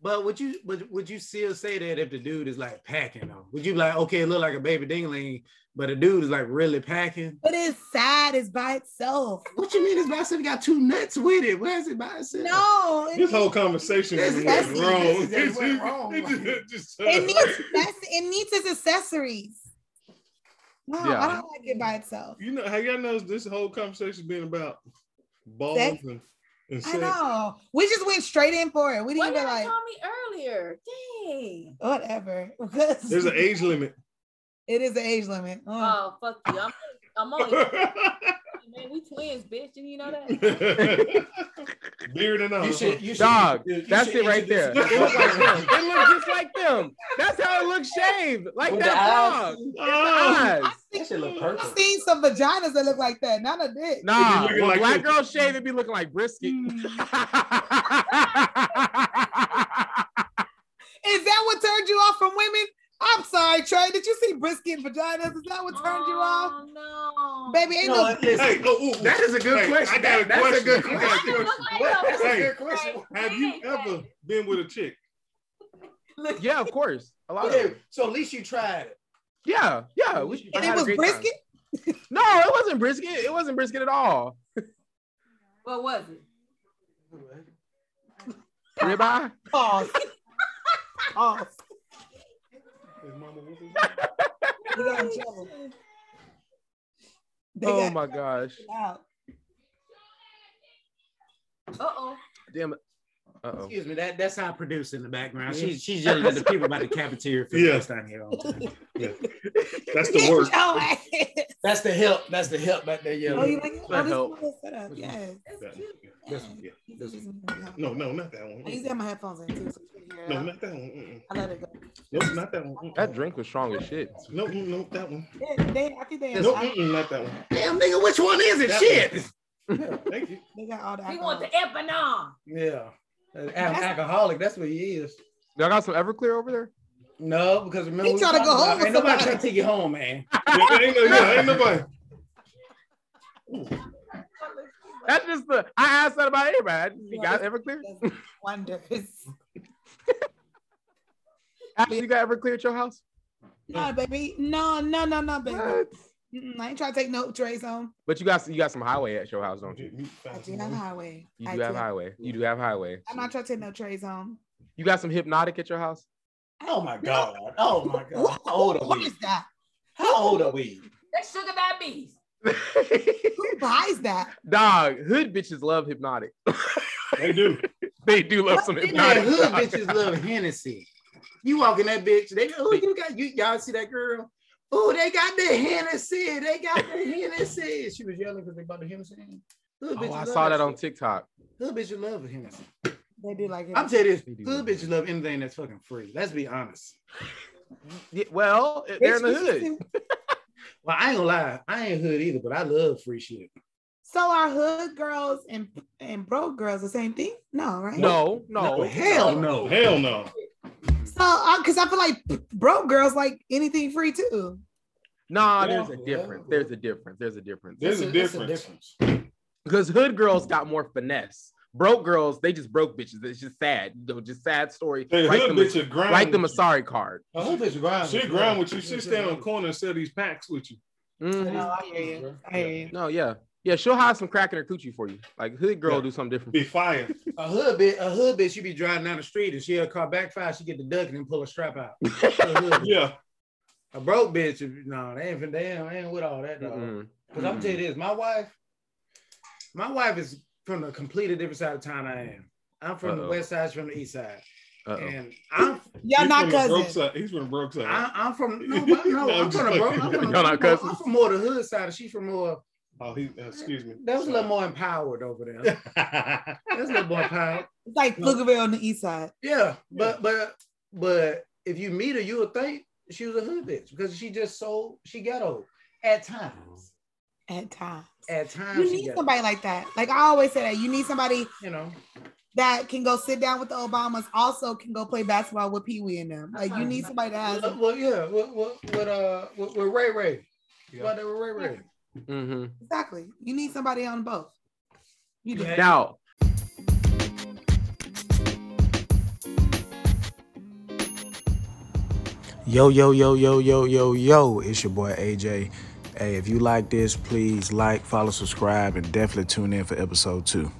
Speaker 2: But would you but would you still say that if the dude is like packing though? Would you be like, okay, it look like a baby dingling, but the dude is like really packing?
Speaker 3: But it's sad. It's by itself.
Speaker 2: What you mean his bicep got two nuts with it? Where is it by itself?
Speaker 3: No, it,
Speaker 1: This whole conversation
Speaker 2: This
Speaker 1: went
Speaker 3: messy.
Speaker 1: wrong.
Speaker 2: This is
Speaker 1: *laughs*
Speaker 2: went wrong.
Speaker 1: It just- uh,
Speaker 3: it needs that's, it needs its accessories. No,
Speaker 4: Yeah.
Speaker 3: I don't like it by itself.
Speaker 1: you know, how y'all knows this whole conversation been about balls
Speaker 3: Sex?
Speaker 1: and, and
Speaker 3: I
Speaker 1: sex.
Speaker 3: know. We just went straight in for it. We
Speaker 6: Why
Speaker 3: didn't
Speaker 6: y'all
Speaker 3: even like
Speaker 6: call me earlier? Dang.
Speaker 3: whatever. *laughs* Because
Speaker 1: There's an age limit.
Speaker 3: It is an age limit. Oh. *laughs*
Speaker 6: Oh fuck you! I'm, I'm only
Speaker 1: That's
Speaker 6: Man, we twins, bitch. Didn't you know that?
Speaker 1: *laughs* Beard and all.
Speaker 5: You
Speaker 1: *laughs*
Speaker 5: should, you should,
Speaker 4: Dog,
Speaker 5: you should
Speaker 4: That's it right there.
Speaker 5: introduce
Speaker 4: It
Speaker 5: yourself.
Speaker 2: *laughs*
Speaker 4: looks like them. It looks just like them. That's how it looks shaved. Like
Speaker 5: With the
Speaker 4: that
Speaker 5: eyes.
Speaker 4: dog.
Speaker 5: "Ah!"
Speaker 1: Oh,
Speaker 4: Eyes.
Speaker 5: That shit look
Speaker 3: I've
Speaker 5: perfect.
Speaker 3: seen some vaginas that look like that, not a dick.
Speaker 4: Nah,
Speaker 1: It'd be looking
Speaker 4: when
Speaker 1: like
Speaker 4: black
Speaker 1: this.
Speaker 4: girl shave, it be looking like brisket.
Speaker 3: Is that what turned you off from women? I'm sorry, Trey. Did you see brisket and vaginas? Is that what turned you off?
Speaker 6: Oh, no.
Speaker 3: Baby, ain't no,
Speaker 5: No, listen,
Speaker 1: hey, oh, oh,
Speaker 2: That is a good
Speaker 1: Hey,
Speaker 2: question.
Speaker 1: I got a
Speaker 2: That- that's a good
Speaker 1: question.
Speaker 6: Why you
Speaker 2: question.
Speaker 6: look like
Speaker 5: What?
Speaker 6: those?
Speaker 5: That's a
Speaker 1: Hey,
Speaker 5: good question.
Speaker 1: have you ever been with a chick?
Speaker 4: *laughs*
Speaker 6: Look,
Speaker 4: yeah, of course. A lot of
Speaker 5: Okay,
Speaker 4: them.
Speaker 5: so at least you tried it.
Speaker 4: Yeah, yeah. We,
Speaker 3: and
Speaker 4: I had
Speaker 3: it
Speaker 4: a
Speaker 3: was
Speaker 4: great
Speaker 3: brisket.
Speaker 4: time. No, it wasn't brisket. It wasn't brisket at all.
Speaker 6: what was it?
Speaker 4: Ribeye.
Speaker 3: *laughs* Pause. Pause.
Speaker 5: *laughs*
Speaker 3: We got in
Speaker 6: Oh
Speaker 3: trouble. They
Speaker 4: Oh
Speaker 3: got
Speaker 4: my gosh.
Speaker 3: out.
Speaker 6: Uh-oh.
Speaker 4: Damn it. Uh oh.
Speaker 2: Excuse me, that, that's how I produce in the background. She's she's yelling at the people about the cafeteria for
Speaker 1: Yeah.
Speaker 2: yeah. down here. all the time.
Speaker 1: That's the
Speaker 3: Get *laughs*
Speaker 1: worst.
Speaker 3: your ass.
Speaker 5: That's the help. That's the help back there.
Speaker 3: Oh,
Speaker 5: Yeah.
Speaker 3: you like it?
Speaker 4: That
Speaker 3: Oh,
Speaker 4: helped.
Speaker 3: this is set up. Yes.
Speaker 6: That's
Speaker 1: That-
Speaker 6: cute.
Speaker 1: This
Speaker 6: Yeah.
Speaker 1: one, yeah.
Speaker 3: This is me. Yeah.
Speaker 1: No, no, not that one.
Speaker 3: I used to have my headphones in too, so you can hear it.
Speaker 1: No, not that one. Mm-mm.
Speaker 3: I let it go.
Speaker 1: Nope, not that one.
Speaker 4: That drink was strong as shit.
Speaker 1: No, nope, mm, nope, that one.
Speaker 3: They, they, I think they,
Speaker 1: Nope, mm-mm, not that one.
Speaker 2: Damn nigga, which one is it?
Speaker 1: That
Speaker 2: Shit.
Speaker 1: Thank you.
Speaker 3: they got all the
Speaker 6: We want
Speaker 3: alcohol.
Speaker 6: the Epanon.
Speaker 5: Yeah. An alcoholic. That's what he is.
Speaker 4: Y'all got some Everclear over
Speaker 2: *laughs*
Speaker 4: there?
Speaker 5: No, because remember
Speaker 3: He
Speaker 5: we
Speaker 3: tryna
Speaker 5: talked
Speaker 3: go
Speaker 5: about-
Speaker 3: home with
Speaker 5: Ain't nobody
Speaker 3: somebody.
Speaker 5: trying to take you home, man.
Speaker 1: Yeah, ain't, no, yeah, ain't nobody.
Speaker 4: *laughs* That's just the. I asked that about everybody. You got Everclear?
Speaker 3: Does Wonders.
Speaker 4: Ashley, you got Everclear at your house?
Speaker 3: No, baby. No, no, no, no, baby.
Speaker 4: What?
Speaker 3: Mm-mm, I ain't trying to take no trays home.
Speaker 4: But you got you got some highway at your house, don't you?
Speaker 3: I do have highway.
Speaker 4: You
Speaker 3: I
Speaker 4: do have highway. You do have highway.
Speaker 3: I'm not trying to take no trays home.
Speaker 4: You got some hypnotic at your house?
Speaker 5: Oh my God. *laughs* Oh my God.
Speaker 3: What-
Speaker 5: How old are
Speaker 3: what
Speaker 5: we?
Speaker 3: is that?
Speaker 5: How old are we?
Speaker 6: That's sugar diabetes.
Speaker 3: Who buys that?
Speaker 4: Dog, hood bitches love hypnotic.
Speaker 1: They do.
Speaker 4: They do love some
Speaker 2: Man,
Speaker 4: hypnotic.
Speaker 2: hood bitches love Hennessy. You walk in that bitch, they oh you got you y'all see that girl? Oh, they got the Hennessy. They got the Hennessy. She was yelling because they bought the Hennessy. Hood
Speaker 4: Oh, I
Speaker 2: love
Speaker 4: saw that on
Speaker 2: shit.
Speaker 4: TikTok.
Speaker 2: Hood bitches love Hennessy.
Speaker 3: They do like it.
Speaker 2: I'm telling you this,
Speaker 4: They do
Speaker 2: hood
Speaker 4: love
Speaker 2: bitches love anything that's fucking free. Let's be honest.
Speaker 4: Yeah, well, they're in the hood.
Speaker 2: Well, I ain't gonna lie, I ain't hood either, but I love free shit.
Speaker 3: So are hood girls and and broke girls the same thing? No, right?
Speaker 4: No, no.
Speaker 2: hell no.
Speaker 1: Hell no.
Speaker 3: So, because I feel like broke girls like anything free too.
Speaker 4: Nah,
Speaker 5: Yeah,
Speaker 4: there's a difference.
Speaker 5: yeah.
Speaker 4: There's a difference. There's a difference.
Speaker 1: There's a
Speaker 5: It's a- it's a
Speaker 1: difference.
Speaker 4: Because hood girls got more finesse. Broke girls, they just broke bitches. It's just sad. You know, just sad story.
Speaker 1: The
Speaker 4: Write
Speaker 1: hood
Speaker 4: them, a-
Speaker 1: bitch will grind.
Speaker 4: write them a
Speaker 1: with
Speaker 4: sorry card.
Speaker 5: A hood bitch grind.
Speaker 1: you. She'll grind with you. She'll stand on the corner and sell these packs with you.
Speaker 4: Mhm.
Speaker 3: No, I hear you. I hear you.
Speaker 4: No, yeah. Yeah, she'll have some crack in her coochie for you. Like hood girl
Speaker 1: Yeah.
Speaker 4: do something different.
Speaker 1: Be fire.
Speaker 2: A hood bitch, a hood bitch, you be driving down the street and she'll call backfire, she get the duck and then pull a strap
Speaker 4: *laughs*
Speaker 2: out. A, hood bitch.
Speaker 1: Yeah.
Speaker 2: A broke bitch, no, they ain't, they ain't, they ain't with all that. dog.
Speaker 4: Mm-mm.
Speaker 2: Because I'm tell you this, my wife, my wife is from a completely different side of town. I am. I'm from the
Speaker 4: Uh-oh.
Speaker 2: west side. She's from the east side,
Speaker 4: Uh-oh.
Speaker 2: and I'm
Speaker 3: Y'all
Speaker 1: He's
Speaker 3: not
Speaker 1: from the broke
Speaker 3: cousins.
Speaker 1: side. He's from the broke side.
Speaker 2: I, I'm from no, but
Speaker 4: *laughs*
Speaker 2: no,
Speaker 1: No,
Speaker 2: I'm
Speaker 1: just
Speaker 2: from the bro.
Speaker 1: like-
Speaker 2: I'm from,
Speaker 4: Y'all
Speaker 2: the,
Speaker 4: not
Speaker 2: no, I'm
Speaker 4: cousins?
Speaker 2: from more the hood side. She's from more.
Speaker 1: oh, he, uh, excuse me.
Speaker 2: That was a little more empowered over there. That's a little
Speaker 4: *laughs*
Speaker 2: more empowered.
Speaker 3: It's like Pflugerville on the east side.
Speaker 2: Yeah, but but but if you meet her, you would think she was a hood bitch because she just so she ghetto at times.
Speaker 3: At times,
Speaker 2: At times,
Speaker 3: you
Speaker 2: she
Speaker 3: need
Speaker 2: ghetto,
Speaker 3: somebody like that. Like I always say that you need somebody
Speaker 2: you know.
Speaker 3: that can go sit down with the Obamas, also can go play basketball with Pee Wee and them. Like you need somebody that has.
Speaker 2: Well, well, yeah, with, with, with uh with, with Ray Ray.
Speaker 1: Yeah.
Speaker 2: About that with Ray Ray.
Speaker 4: hmm
Speaker 3: Exactly. You need somebody on both. You do.
Speaker 2: Yeah.
Speaker 4: Now,
Speaker 7: Yo, yo, yo, yo, yo, yo, yo. It's your boy AJ. Hey, if you like this, please like, follow, subscribe, and definitely tune in for episode two.